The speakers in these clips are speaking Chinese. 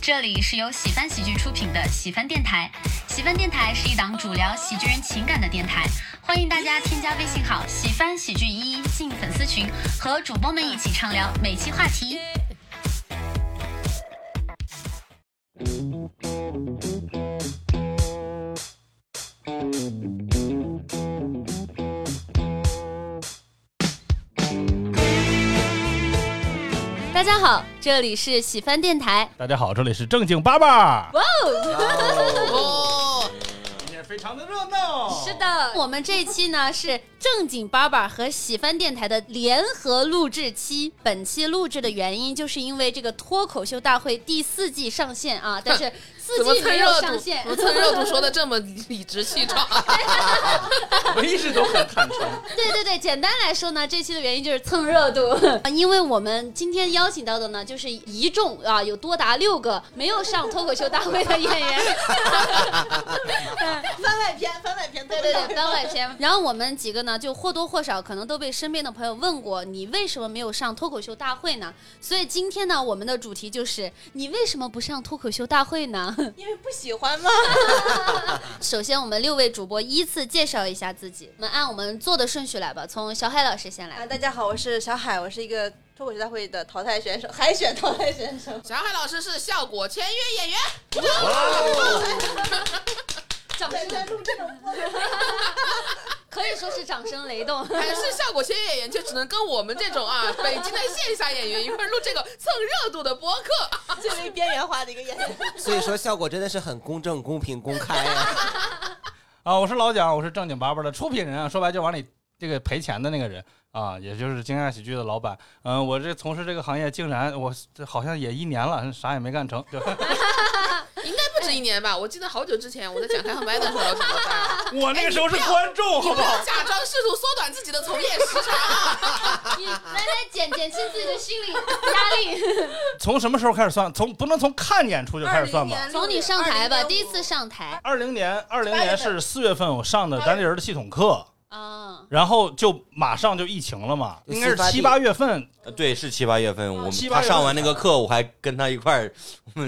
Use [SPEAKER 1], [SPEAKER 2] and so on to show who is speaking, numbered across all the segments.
[SPEAKER 1] 这里是由喜翻喜剧出品的喜翻电台。喜翻电台是一档主聊喜剧人情感的电台，欢迎大家添加微信号“喜翻喜剧一”进粉丝群，和主播们一起畅聊每期话题。
[SPEAKER 2] 大家好，这里是喜翻电台。
[SPEAKER 3] 大家好，这里是正经爸爸，
[SPEAKER 2] 哇哦，
[SPEAKER 4] 哦
[SPEAKER 3] 今天非常的热闹。
[SPEAKER 2] 是的，我们这一期呢是正经八百和喜翻电台的联合录制期。本期录制的原因，就是因为这个脱口秀大会第四季上线啊，但是四
[SPEAKER 4] 怎么
[SPEAKER 2] 季
[SPEAKER 4] 蹭
[SPEAKER 2] 没有
[SPEAKER 4] 热
[SPEAKER 2] 上
[SPEAKER 4] 度？
[SPEAKER 2] 线
[SPEAKER 4] 怎。么蹭热度说的这么理直气壮？啊
[SPEAKER 3] 我一直都很坦诚。
[SPEAKER 2] 对对对，简单来说呢，这期的原因就是蹭热度， 因为我们今天邀请到的呢，就是一众啊，有多达六个没有上脱口秀大会的演员。
[SPEAKER 5] 番外篇，番外篇，
[SPEAKER 2] 对对对，番外篇。然后我们几个呢，就或多或少可能都被身边的朋友问过，你为什么没有上脱口秀大会呢？所以今天呢，我们的主题就是你为什么不上脱口秀大会呢？
[SPEAKER 5] 因为不喜欢吗？
[SPEAKER 2] 首先，我们六位主播依次介绍一下自己，我们按我们做的顺序来吧。从小海老师先来，
[SPEAKER 5] 啊，大家好，我是小海，我是一个脱口秀大会的淘汰选手，海选淘汰选手。
[SPEAKER 4] 小海老师是效果签约演员，
[SPEAKER 2] 掌声
[SPEAKER 5] 在录这种
[SPEAKER 2] 可以说是掌声雷 动。
[SPEAKER 4] 还是效果签约演员，就只能跟我们这种 啊北京的线下演员一块儿录这个蹭热度的播客。
[SPEAKER 5] 最为边缘化的一个演员，
[SPEAKER 6] 所以说效果真的是很公正、公平、公开呀、
[SPEAKER 3] 啊，我是老蒋，我是正经八百的出品人啊，说白就往里这个赔钱的那个人啊，也就是惊讶喜剧的老板。嗯、我这从事这个行业竟然我这好像也一年了，嗯啥也没干成。 就
[SPEAKER 4] 应该不止一年吧？我记得好久之前我在讲开放麦的时候，老师都在
[SPEAKER 3] 我那个时候是观众，好
[SPEAKER 4] 不要假装试图缩短自己的从业时长啊。
[SPEAKER 2] 你来来减减轻自己的心理压力，
[SPEAKER 3] 从什么时候开始算？从不能从看演出就开始算吧？
[SPEAKER 2] 从你上台吧，第一次上台
[SPEAKER 3] 二零年，二零年是四月份我上的单立人的系统课，
[SPEAKER 2] 啊，
[SPEAKER 3] 然后就马上就疫情了嘛，应该是七八月份
[SPEAKER 7] 呃对，是七八月份，我们
[SPEAKER 3] 七八
[SPEAKER 7] 他
[SPEAKER 3] 月份
[SPEAKER 7] 上完那个课，我还跟他一块儿。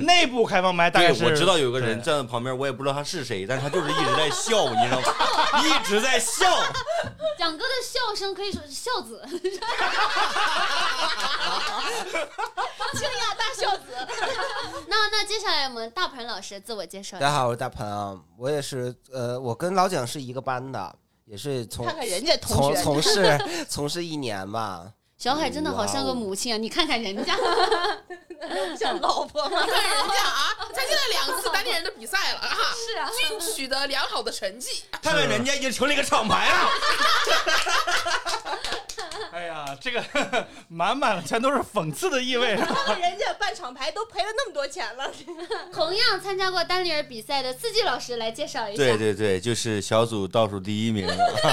[SPEAKER 3] 内部开放麦，大概
[SPEAKER 7] 对，
[SPEAKER 3] 是
[SPEAKER 7] 我知道有个人
[SPEAKER 3] 对
[SPEAKER 7] 站在旁边，我也不知道他是谁，但是他就是一直在笑，你知道吗？一直在笑。
[SPEAKER 2] 蒋哥的笑声可以说是笑子，
[SPEAKER 5] 惊讶大孝子，
[SPEAKER 2] 那那接下来我们大鹏老师自我介绍一
[SPEAKER 6] 大
[SPEAKER 2] 下。
[SPEAKER 6] 家好，我是大鹏啊，我也是，呃，我跟老蒋是一个班的，也是从
[SPEAKER 5] 看看人家同
[SPEAKER 6] 从
[SPEAKER 5] 学，
[SPEAKER 6] 从 事从事一年吧。
[SPEAKER 2] 小海真的好像个母亲啊！你看看人家，
[SPEAKER 5] 像老婆吗？
[SPEAKER 4] 看人家啊，参加了两次单立人的比赛了啊，
[SPEAKER 2] 是啊，
[SPEAKER 4] 均取得良好的成绩。
[SPEAKER 7] 看看
[SPEAKER 8] 嗯
[SPEAKER 7] 人家已经成了一个厂 牌了。
[SPEAKER 3] 哎呀，这个 满满的全都是讽刺的意味。
[SPEAKER 5] 看看 人家办厂牌都赔了那么多钱 了，
[SPEAKER 2] 同样参加过单立人比赛的四季老师来介绍一下。
[SPEAKER 7] 对对对，就是小组倒数第一名 啊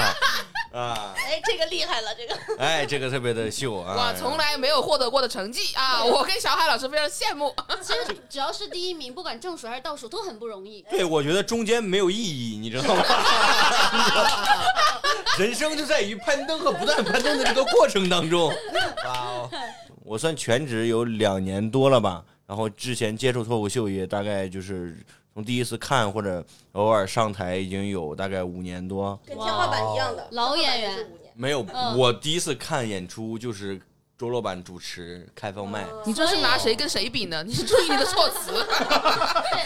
[SPEAKER 7] 啊！
[SPEAKER 5] 哎，这个厉害了，这个
[SPEAKER 7] 哎，这个特别的秀啊！
[SPEAKER 4] 我从来没有获得过的成绩啊！我跟小海老师非常羡慕。
[SPEAKER 2] 其实只要是第一名，不管正数还是倒数，都很不容易。
[SPEAKER 7] 对，我觉得中间没有意义，你知道吗？ 人生就在于攀登和不断攀登的这个过程当中。
[SPEAKER 6] 哇 哦，
[SPEAKER 7] 我算全职有两年多了吧，然后之前接触脱口秀也大概就是从第一次看或者偶尔上台已经有大概五年多，
[SPEAKER 5] 跟天花板一样的
[SPEAKER 2] 老演员
[SPEAKER 5] 天花板也是五年
[SPEAKER 7] 没有。
[SPEAKER 2] 嗯
[SPEAKER 7] 我第一次看演出就是周老板主持开放麦，
[SPEAKER 6] 哦
[SPEAKER 4] 你这是拿谁跟谁比呢？你是注意你的措 辞。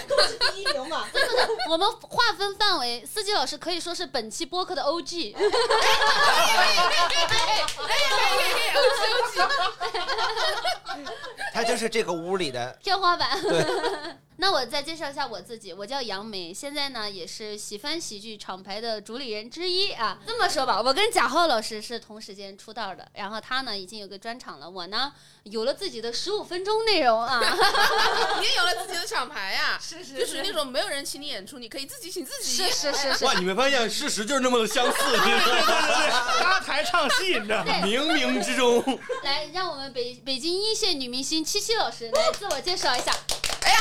[SPEAKER 5] 都是第一名嘛。
[SPEAKER 2] 我们划分范围，四季老师可以说是本期播客的 OG。
[SPEAKER 6] 他就是这个屋里的。
[SPEAKER 2] 天花板。 那我再介绍一下我自己，我叫杨梅，现在呢也是喜翻喜剧厂牌的主理人之一啊。这么说吧，我跟贾浩老师是同时间出道的，然后他呢已经有个专场了，我呢有了自己的十五分钟内容 啊。
[SPEAKER 4] 你也有了自己的厂牌 呀、
[SPEAKER 2] 是
[SPEAKER 4] 就属于那种没有人请你演出，你可以自己请自己。
[SPEAKER 2] 是是是是，
[SPEAKER 7] 哇，你没发现事实就是那么的相 似，
[SPEAKER 3] 搭台唱戏，你知道吗？
[SPEAKER 7] 冥冥之中。
[SPEAKER 2] 来让我们北北京一线女明星七七老师来自我介绍一下。
[SPEAKER 4] 哎呀，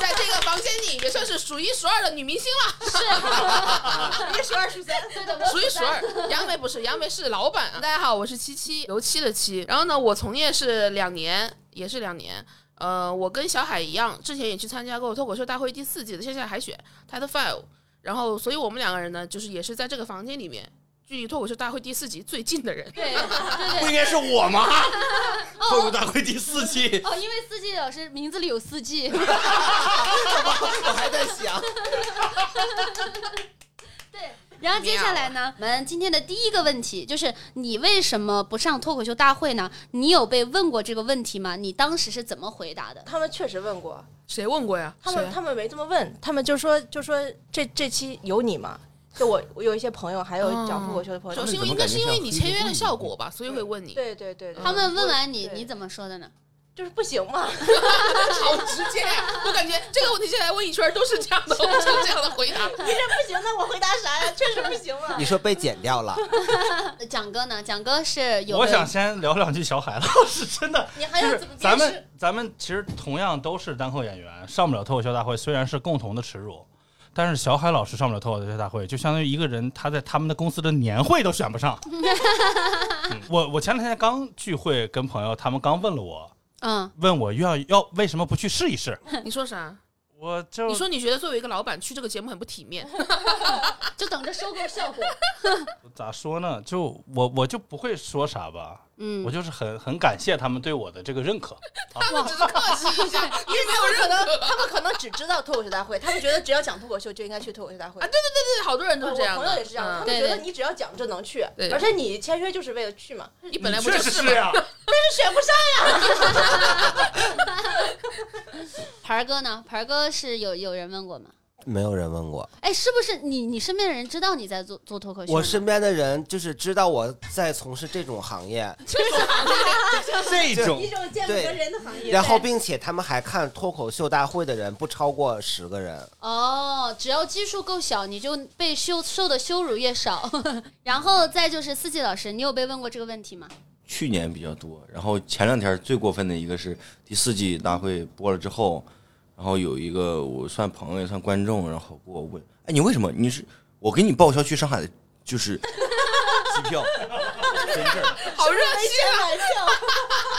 [SPEAKER 4] 在这个房间里也算是数一数二的女明星了，
[SPEAKER 5] 一数二数三，
[SPEAKER 2] 对的，我
[SPEAKER 4] 数一数二。杨梅不是，杨梅是老板啊。大家好，我是七七，油漆的漆。然后呢，我从业是两年，也是两年。呃，我跟小海一样，之前也去参加过脱口秀大会第四季的线下海选 Title Five，然后所以我们两个人呢，就是也是在这个房间里面，距离脱口秀大会第四季最近的人。
[SPEAKER 2] 对对
[SPEAKER 7] 不
[SPEAKER 2] 对，
[SPEAKER 7] 应该是我吗？脱口大会第四期，
[SPEAKER 2] 哦，因为四季老师名字里有四 季，
[SPEAKER 6] 我还在想，
[SPEAKER 2] 对。然后接下来呢，我们今天的第一个问题就是你为什么不上脱口秀大会呢？你有被问过这个问题吗？你当时是怎么回答的？
[SPEAKER 5] 他们确实问过，
[SPEAKER 4] 谁啊问过呀？
[SPEAKER 5] 他们他们没这么问，他们就说就说这这期有你吗？就我我有一些朋友，还有
[SPEAKER 2] 哦
[SPEAKER 5] 讲脱口秀的朋友，
[SPEAKER 4] 首
[SPEAKER 5] 就
[SPEAKER 4] 先
[SPEAKER 5] 是
[SPEAKER 4] 因为应该是因为你签约的效果吧，所以会问你。
[SPEAKER 5] 对对对，对
[SPEAKER 2] 他们问完你，
[SPEAKER 5] 对
[SPEAKER 2] 你怎么说的呢？
[SPEAKER 5] 就是不行 嘛，
[SPEAKER 4] 好直接呀！我感觉这个问题现在问一圈都是这样 的，都是这样的回答。
[SPEAKER 5] 你这不行，那我回答啥呀？确实不行嘛
[SPEAKER 6] 你。说被剪掉了，
[SPEAKER 2] 呃蒋哥呢？蒋哥是有
[SPEAKER 8] 我
[SPEAKER 2] 被
[SPEAKER 8] 想先聊两句小海 老师，真的
[SPEAKER 5] 你还
[SPEAKER 8] 就
[SPEAKER 5] 要
[SPEAKER 8] 是
[SPEAKER 5] 哎怎么
[SPEAKER 8] 咱
[SPEAKER 5] 辨识？
[SPEAKER 8] 们咱们其实同样都是单口演员，上不了脱口秀大会，虽然是共同的耻辱，但是小海老师上不了脱口秀大会，就相当于一个人他在他们的公司的年会都选不 上。嗯我我前两天刚聚会，跟朋友他们刚问了我，
[SPEAKER 2] 嗯，
[SPEAKER 8] 问我要要为什么不去试一 试，
[SPEAKER 4] 你说啥？
[SPEAKER 8] 我就
[SPEAKER 4] 你说你觉得作为一个老板去这个节目很不体面，
[SPEAKER 2] 就等着收购效 果。
[SPEAKER 8] 咋说呢？就我我就不会说啥吧，
[SPEAKER 2] 嗯
[SPEAKER 8] 我，就是很很感谢他们对我的这个认可。
[SPEAKER 4] 他们只是客气一下，因为没有
[SPEAKER 5] 可
[SPEAKER 4] 认
[SPEAKER 5] 能
[SPEAKER 4] 可。
[SPEAKER 5] 他们可能只知道脱口秀大会，他们觉得只要讲脱口秀就应该去脱口秀大会
[SPEAKER 4] 啊。对，好多人都
[SPEAKER 5] 我
[SPEAKER 4] 是这样
[SPEAKER 5] 朋友
[SPEAKER 4] 的，
[SPEAKER 5] 也是这样，他
[SPEAKER 4] 嗯
[SPEAKER 5] 们
[SPEAKER 2] 对
[SPEAKER 5] 觉得
[SPEAKER 2] 对
[SPEAKER 5] 你只要讲就能去，
[SPEAKER 4] 对
[SPEAKER 5] 而且你签约就是为了去嘛，
[SPEAKER 4] 你本来不
[SPEAKER 8] 确
[SPEAKER 4] 就
[SPEAKER 8] 实
[SPEAKER 4] 吗？
[SPEAKER 8] 呀、
[SPEAKER 5] 但是选不上。
[SPEAKER 2] 盆儿哥呢？盆儿哥是有有人问过吗？
[SPEAKER 6] 没有人问过。
[SPEAKER 2] 哎，是不是你你身边的人知道你在做做脱口秀吗？
[SPEAKER 6] 我身边的人就是知道我在从事这种行业，
[SPEAKER 8] 这种
[SPEAKER 5] 一种见
[SPEAKER 6] 不得
[SPEAKER 5] 人的行业
[SPEAKER 6] 然后并且他们还看脱口秀大会的人不超过十个人。
[SPEAKER 2] 哦，只要基数够小，你就被羞受的羞辱越少。 然后再就是四季老师，你有被问过这个问题吗？
[SPEAKER 7] 去年比较多，然后前两天最过分的一个是第四季大会播了之后，然后有一个我算朋友也算观众，然后给我问，哎，你为什么你是我给你报销去上海的，就是 机票，真事儿。
[SPEAKER 4] 好热情啊！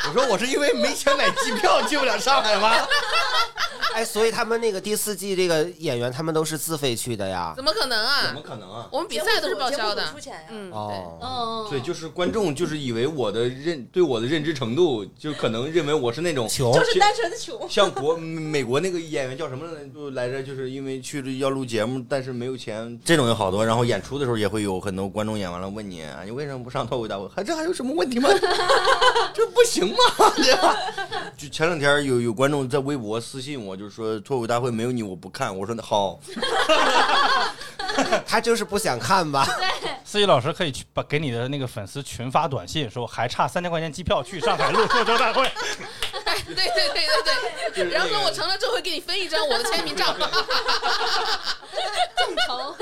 [SPEAKER 7] 我说我是因为没钱买机票去不了上海吗？
[SPEAKER 6] 哎，所以他们那个第四季这个演员，他们都是自费去的呀
[SPEAKER 4] 怎。么可能
[SPEAKER 7] 怎
[SPEAKER 4] 啊
[SPEAKER 7] 么？可能啊？
[SPEAKER 4] 我们比赛都是报销
[SPEAKER 5] 节目组
[SPEAKER 4] 的
[SPEAKER 5] 出。钱呀。
[SPEAKER 4] 嗯，对。
[SPEAKER 6] 哦，
[SPEAKER 2] 哦，
[SPEAKER 7] 对，就是观众就是以为我的认对我的认知程度，就可能认为我是那种
[SPEAKER 6] 穷
[SPEAKER 5] 就是单纯的穷，
[SPEAKER 7] 像国嗯美国那个演员叫什么来就来着，就是因为去了要录节目，但是没有钱，这种有好多。然后演出的时候也会有很多观众演完了问你，啊，你为什么不上脱口大会？还这还有什么问题吗？ 这不行吗？ 对吧？就前两天有有观众在微博私信我，就说脱口大会没有你我不看。我说那好，
[SPEAKER 6] 他就是不想看吧？
[SPEAKER 8] 司机老师可以去把给你的那个粉丝群发短信，说还差三千块钱机票去上海录脱口秀大 会。
[SPEAKER 4] 哎，对对对对对，然后说我成了之后会给你分一张我的签名照。
[SPEAKER 2] 众筹。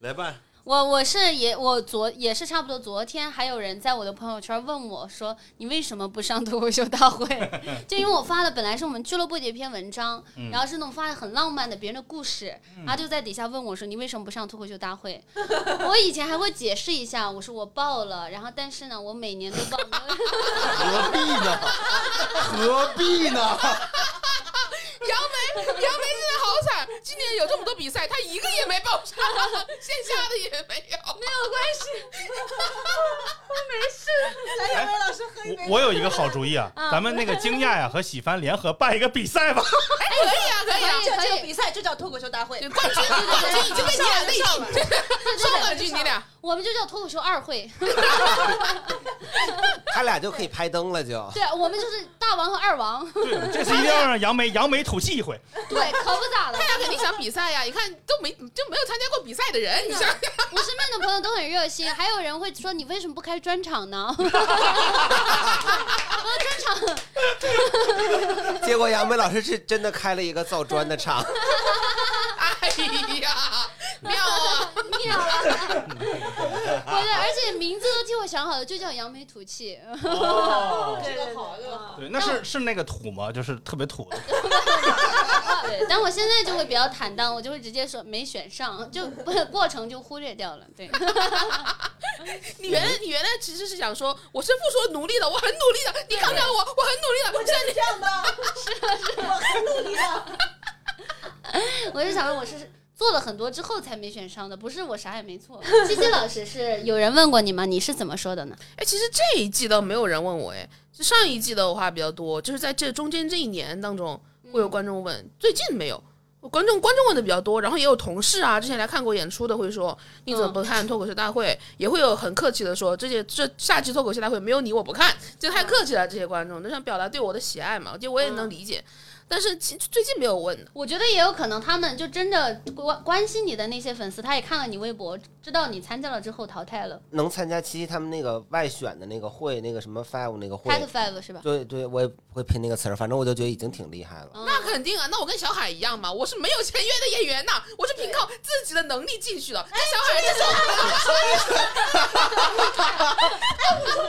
[SPEAKER 7] 来吧，。
[SPEAKER 2] 我我是也我昨也是差不多，昨天还有人在我的朋友圈问我说你为什么不上脱口秀大会？ 就因为我发了本来是我们俱乐部的一篇文章，
[SPEAKER 8] 嗯
[SPEAKER 2] 然后是那种发的很浪漫的别人的故事，他就在底下问我说你为什么不上脱口秀大会？ 我以前还会解释一下，我说我报了，然后但是呢我每年都报，
[SPEAKER 6] 何必呢？何必呢？
[SPEAKER 4] 杨梅，杨梅现在好惨，今年有这么多比赛，她一个也没报上， 线下的也没有。没有关系，
[SPEAKER 5] 来，杨梅老师喝一杯。
[SPEAKER 8] 我我有一个好主意啊，
[SPEAKER 4] 嗯
[SPEAKER 2] 啊
[SPEAKER 8] 咱们那个惊讶呀和喜帆联合办一个比赛 吧。
[SPEAKER 5] 哎
[SPEAKER 4] 可以啊，可以啊。
[SPEAKER 5] 这这
[SPEAKER 2] 可
[SPEAKER 5] 个
[SPEAKER 2] 以
[SPEAKER 5] 比赛就叫脱口秀大会
[SPEAKER 4] 对，冠军，冠
[SPEAKER 5] 哎
[SPEAKER 4] 军已经被你
[SPEAKER 5] 啊
[SPEAKER 4] 俩内定，双冠军你俩。
[SPEAKER 2] 我们就叫脱口秀二会，
[SPEAKER 6] 他俩就可以拍灯了，就。
[SPEAKER 2] 对我们就是大王和二王，
[SPEAKER 8] 对，这次一定要让杨梅扬眉吐气一回。
[SPEAKER 2] 对，可不咋
[SPEAKER 5] 啊
[SPEAKER 2] 的。
[SPEAKER 4] 他啊俩肯定想比赛呀，你看都没就没有参加过比赛的人，你想想，
[SPEAKER 2] 我身边的朋友都很热心，还有人会说你为什么不开专场呢？ 我说专场，
[SPEAKER 6] 结果杨梅老师是真的开了一个造砖的厂，
[SPEAKER 4] 哎呀，妙啊！
[SPEAKER 2] 妙了！我的，而且名字都替我想好了，就叫扬眉吐气。
[SPEAKER 5] 哦
[SPEAKER 4] 哦
[SPEAKER 5] 这个好，这个好。
[SPEAKER 8] 对，那是是那个土吗？就是特别土的。
[SPEAKER 2] 我 对，但我现在就会比较坦荡，我就会直接说没选上，就不过程就忽略掉了。对，
[SPEAKER 4] 你原来你原来其实是想说，我是付出努力的，我很努力的，你看看我，我很努力的，像你
[SPEAKER 5] 这样的，是我很努力的。
[SPEAKER 2] 我是想说我是做了很多之后才没选上的，不是我啥也没做。西西老师是有人问过你吗？你是怎么说的呢？
[SPEAKER 4] 哎，其实这一季倒没有人问我，哎，就上一季的话比较多，就是在这中间这一年当中会有观众问，最近没有。观众观众问的比较多，然后也有同事啊，之前来看过演出的会说你怎么不看脱口秀大会，也会有很客气的说这些这下期脱口秀大会没有你我不看，这太客气了。这些观众都想表达对我的喜爱嘛，我觉得我也能理解，但是其最近没有问，
[SPEAKER 2] 我觉得也有可能，他们就真的关关心你的那些粉丝，他也看了你微博，知道你参加了之后淘汰了
[SPEAKER 6] 能参加七七他们那个外选的那个会，那个什么 Five 那个会，
[SPEAKER 2] ，Tag Five 是吧？
[SPEAKER 6] 对对，我也不会拼那个词儿，反正我就觉得已经挺厉害了。
[SPEAKER 4] 那肯定啊，那我跟小海一样嘛，我是没有签约的演员呐，我是凭靠自己的能力进去的。
[SPEAKER 5] 哎
[SPEAKER 4] 但小海这种，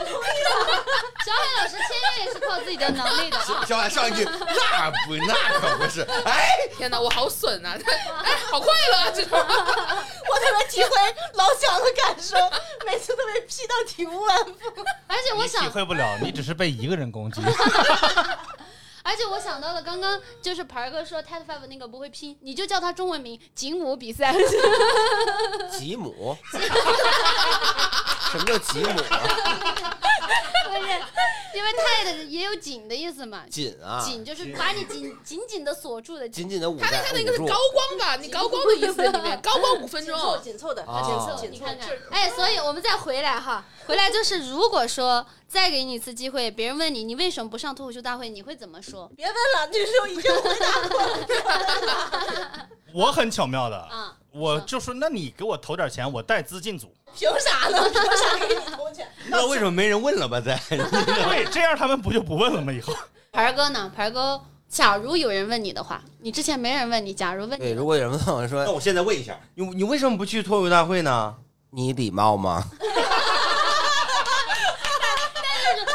[SPEAKER 2] 小海老师签约也是靠自己的能力的啊
[SPEAKER 7] 小海上一句，那不那可不是，哎，
[SPEAKER 4] 天哪，我好损啊！ 哎，好快乐啊，这 种。
[SPEAKER 5] 我特别体会老蒋的感受，每次都被批到体无完肤。
[SPEAKER 2] 而且我
[SPEAKER 3] 你体
[SPEAKER 2] 想，
[SPEAKER 3] 会不了，你只是被一个人攻击。
[SPEAKER 2] 而且我想到了刚刚就是牌儿哥说 Ted Five 那个不会拼，你就叫他中文名景武比赛。
[SPEAKER 6] 吉姆，什么叫吉姆啊？
[SPEAKER 2] 不是，因为 Ted 也有紧的意思嘛，
[SPEAKER 6] 紧啊，
[SPEAKER 2] 紧就是把你紧紧紧的锁住的紧。
[SPEAKER 6] 紧紧的捂
[SPEAKER 4] 他那
[SPEAKER 6] 在
[SPEAKER 4] 他那个
[SPEAKER 6] 捂
[SPEAKER 4] 是
[SPEAKER 6] 住
[SPEAKER 4] 高。光吧？你高光的意思在里面，高光五分
[SPEAKER 5] 紧
[SPEAKER 4] 钟。
[SPEAKER 5] 凑紧凑的，
[SPEAKER 6] 啊
[SPEAKER 5] 紧凑
[SPEAKER 6] 哦
[SPEAKER 5] 紧
[SPEAKER 2] 你
[SPEAKER 5] 凑
[SPEAKER 2] 看看，哎，所以我们再回来哈，回来就是如果说再给你一次机会，别人问你你为什么不上脱口秀大会，你会怎么说？
[SPEAKER 5] 别问了，这时候已经回答过了。
[SPEAKER 3] 我很巧妙的，
[SPEAKER 2] 啊，
[SPEAKER 3] 我就说，那你给我投点钱，我带资进 组。
[SPEAKER 5] 凭啥呢？凭啥给你投钱？
[SPEAKER 7] 那为什么没人问了吧？再
[SPEAKER 3] 对，这样他们不就不问了吗？以 后
[SPEAKER 2] 盆儿哥呢？盆儿哥，假如有人问你的话，你之前没人问你，假如问
[SPEAKER 6] 对，
[SPEAKER 2] 你，
[SPEAKER 6] 如果有人问我说
[SPEAKER 4] 哦
[SPEAKER 7] 那我现在问一下，你你为什么不去脱口大会呢？
[SPEAKER 6] 你礼貌吗？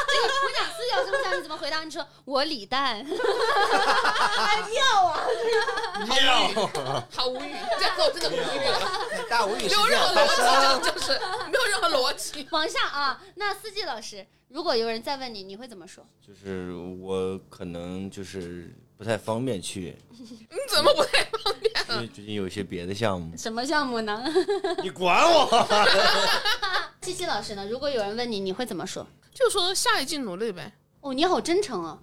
[SPEAKER 2] 这个我想私聊这么下你怎么回答？你说我李诞，
[SPEAKER 5] 哎要啊！
[SPEAKER 4] 好无语，这样子我真的无语了，
[SPEAKER 6] 大无语
[SPEAKER 4] 没
[SPEAKER 5] 啊
[SPEAKER 6] 事
[SPEAKER 4] 有任
[SPEAKER 6] 件
[SPEAKER 4] 何
[SPEAKER 6] 发
[SPEAKER 4] 逻
[SPEAKER 6] 生
[SPEAKER 4] 辑，这，就是没有任何逻辑。
[SPEAKER 2] 往下啊。那司机老师，如果有人再问你，你会怎么说？。
[SPEAKER 7] 就是我可能就是不太方便去，
[SPEAKER 4] 你怎么不太
[SPEAKER 7] 因为最近有一些别的项 目
[SPEAKER 2] 什么项目呢？
[SPEAKER 7] 你管我！
[SPEAKER 2] 西西老师呢？如果有人问你，你会怎么说？
[SPEAKER 4] 就说下一季努力呗？
[SPEAKER 2] 哦，你好真诚哦。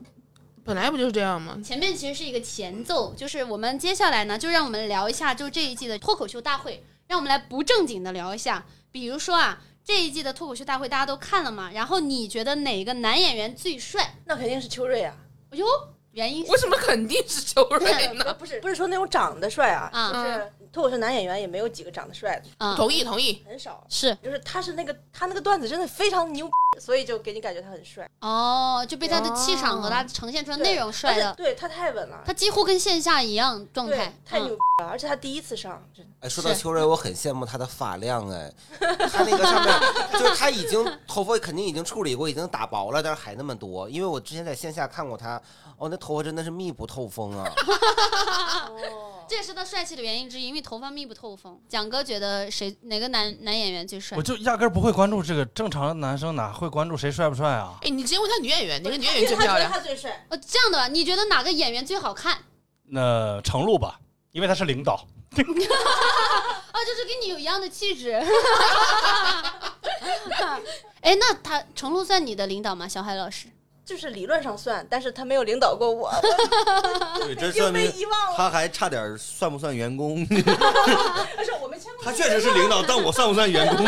[SPEAKER 4] 本来不就是这样吗？
[SPEAKER 2] 前面其实是一个前奏，就是我们接下来呢，就让我们聊一下，就这一季的脱口秀大会，让我们来不正经的聊一下。比如说啊，这一季的脱口秀大会大家都看了嘛，然后你觉得哪个男演员最帅？
[SPEAKER 5] 那肯定是秋瑞啊，
[SPEAKER 2] 哟，原因是
[SPEAKER 4] 为什么肯定是秋瑞 呢？
[SPEAKER 5] 不是不是说那种长得帅啊，
[SPEAKER 2] 啊
[SPEAKER 5] 就是脱口秀男演员也没有几个长得帅的，
[SPEAKER 2] 啊、
[SPEAKER 4] 同意同意，
[SPEAKER 5] 很少。
[SPEAKER 2] 是
[SPEAKER 5] 就是他是那个他那个段子真的非常牛，所以就给你感觉他很帅，
[SPEAKER 2] 哦，就被他的气场和他呈现出来的内容帅
[SPEAKER 5] 而
[SPEAKER 2] 的
[SPEAKER 5] 且，对他太稳了，
[SPEAKER 2] 他几乎跟线下一样状
[SPEAKER 5] 哦对
[SPEAKER 2] 态，
[SPEAKER 5] 太
[SPEAKER 2] 嗯
[SPEAKER 5] 牛了，而且他第一次上，真的
[SPEAKER 6] 哎，说到
[SPEAKER 2] 是
[SPEAKER 6] 秋瑞，我很羡慕他的发量哎，他那个上面就是他已经头发肯定已经处理过，已经打薄了，但是还那么多。因为我之前在线下看过他，哦，那头发真的是密不透风啊。
[SPEAKER 2] 啊
[SPEAKER 5] 哦
[SPEAKER 2] 这也是他帅气的原因之一，因为头发密不透风。蒋哥觉得谁哪个男男演员最 帅
[SPEAKER 3] 我？就压根儿不会关注这个，正常的男生哪会关注谁帅不帅啊？
[SPEAKER 4] 哎，你直接问他女演员，哪个女演
[SPEAKER 5] 因
[SPEAKER 4] 员最
[SPEAKER 5] 为他觉
[SPEAKER 4] 漂
[SPEAKER 5] 得
[SPEAKER 4] 亮？
[SPEAKER 5] 他最帅，
[SPEAKER 2] 哦，这样的吧，你觉得哪个演员最好看？
[SPEAKER 3] 那程璐吧，因为他是领 导。
[SPEAKER 2] 哦，就是跟你有一样的气质。 哎，那他程璐算你的领导吗？小海老师，
[SPEAKER 5] 就是理论上算，但是他没有领导过我，
[SPEAKER 7] 对，这
[SPEAKER 5] 已经
[SPEAKER 7] 算
[SPEAKER 5] 被
[SPEAKER 7] 明
[SPEAKER 5] 遗忘了。
[SPEAKER 7] 他还差点算不算员工？
[SPEAKER 5] 但是我们签过，
[SPEAKER 7] 他确实是领导，但我算不算员工？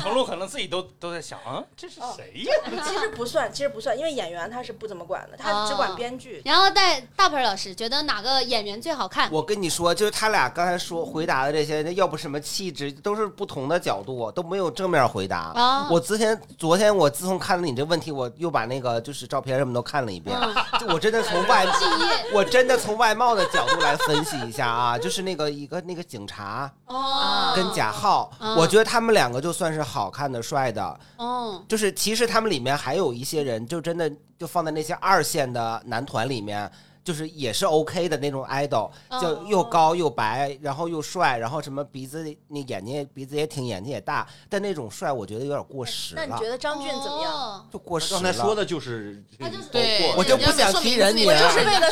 [SPEAKER 3] 程璐可能自己都都在想啊，这是谁呀？
[SPEAKER 5] 其实不算，其实不算，因为演员他是不怎么管的，他
[SPEAKER 2] 哦
[SPEAKER 5] 只管编剧。
[SPEAKER 2] 然后带大盆老师觉得哪个演员最好看？
[SPEAKER 6] 我跟你说，就是他俩刚才说回答的这些，那要不什么气质，都是不同的角度，都没有正面回答。
[SPEAKER 2] 啊
[SPEAKER 6] 我之前昨天我自从看了你这问题，我又把那个就是照片什么都看了一遍，就我真的从外。
[SPEAKER 2] 敬业
[SPEAKER 6] 我真的从外貌的角度来分析一下啊，就是那个一个那个警察
[SPEAKER 2] 哦
[SPEAKER 5] 啊
[SPEAKER 6] 跟贾浩，
[SPEAKER 2] 嗯
[SPEAKER 6] 我觉得他们两个就算是好看的、帅的，
[SPEAKER 2] 哦，
[SPEAKER 6] 就是其实他们里面还有一些人，就真的就放在那些二线的男团里面，就是也是 OK 的那种 idol，就又高又白，然后又帅，然后什么鼻子那眼睛也鼻子也挺，眼睛也大，但那种帅我觉得有点过
[SPEAKER 2] 啊
[SPEAKER 6] 时
[SPEAKER 5] 那你
[SPEAKER 6] 了
[SPEAKER 5] 觉，得张俊怎么样？
[SPEAKER 2] 哦
[SPEAKER 6] 就过时了。
[SPEAKER 7] 刚才说的就是
[SPEAKER 2] 他就是
[SPEAKER 4] 对，
[SPEAKER 6] 我就不想提人
[SPEAKER 4] 你
[SPEAKER 6] 名
[SPEAKER 4] 要
[SPEAKER 6] 儿
[SPEAKER 4] 说
[SPEAKER 5] 就
[SPEAKER 4] 明自
[SPEAKER 5] 是
[SPEAKER 4] 己
[SPEAKER 5] 为了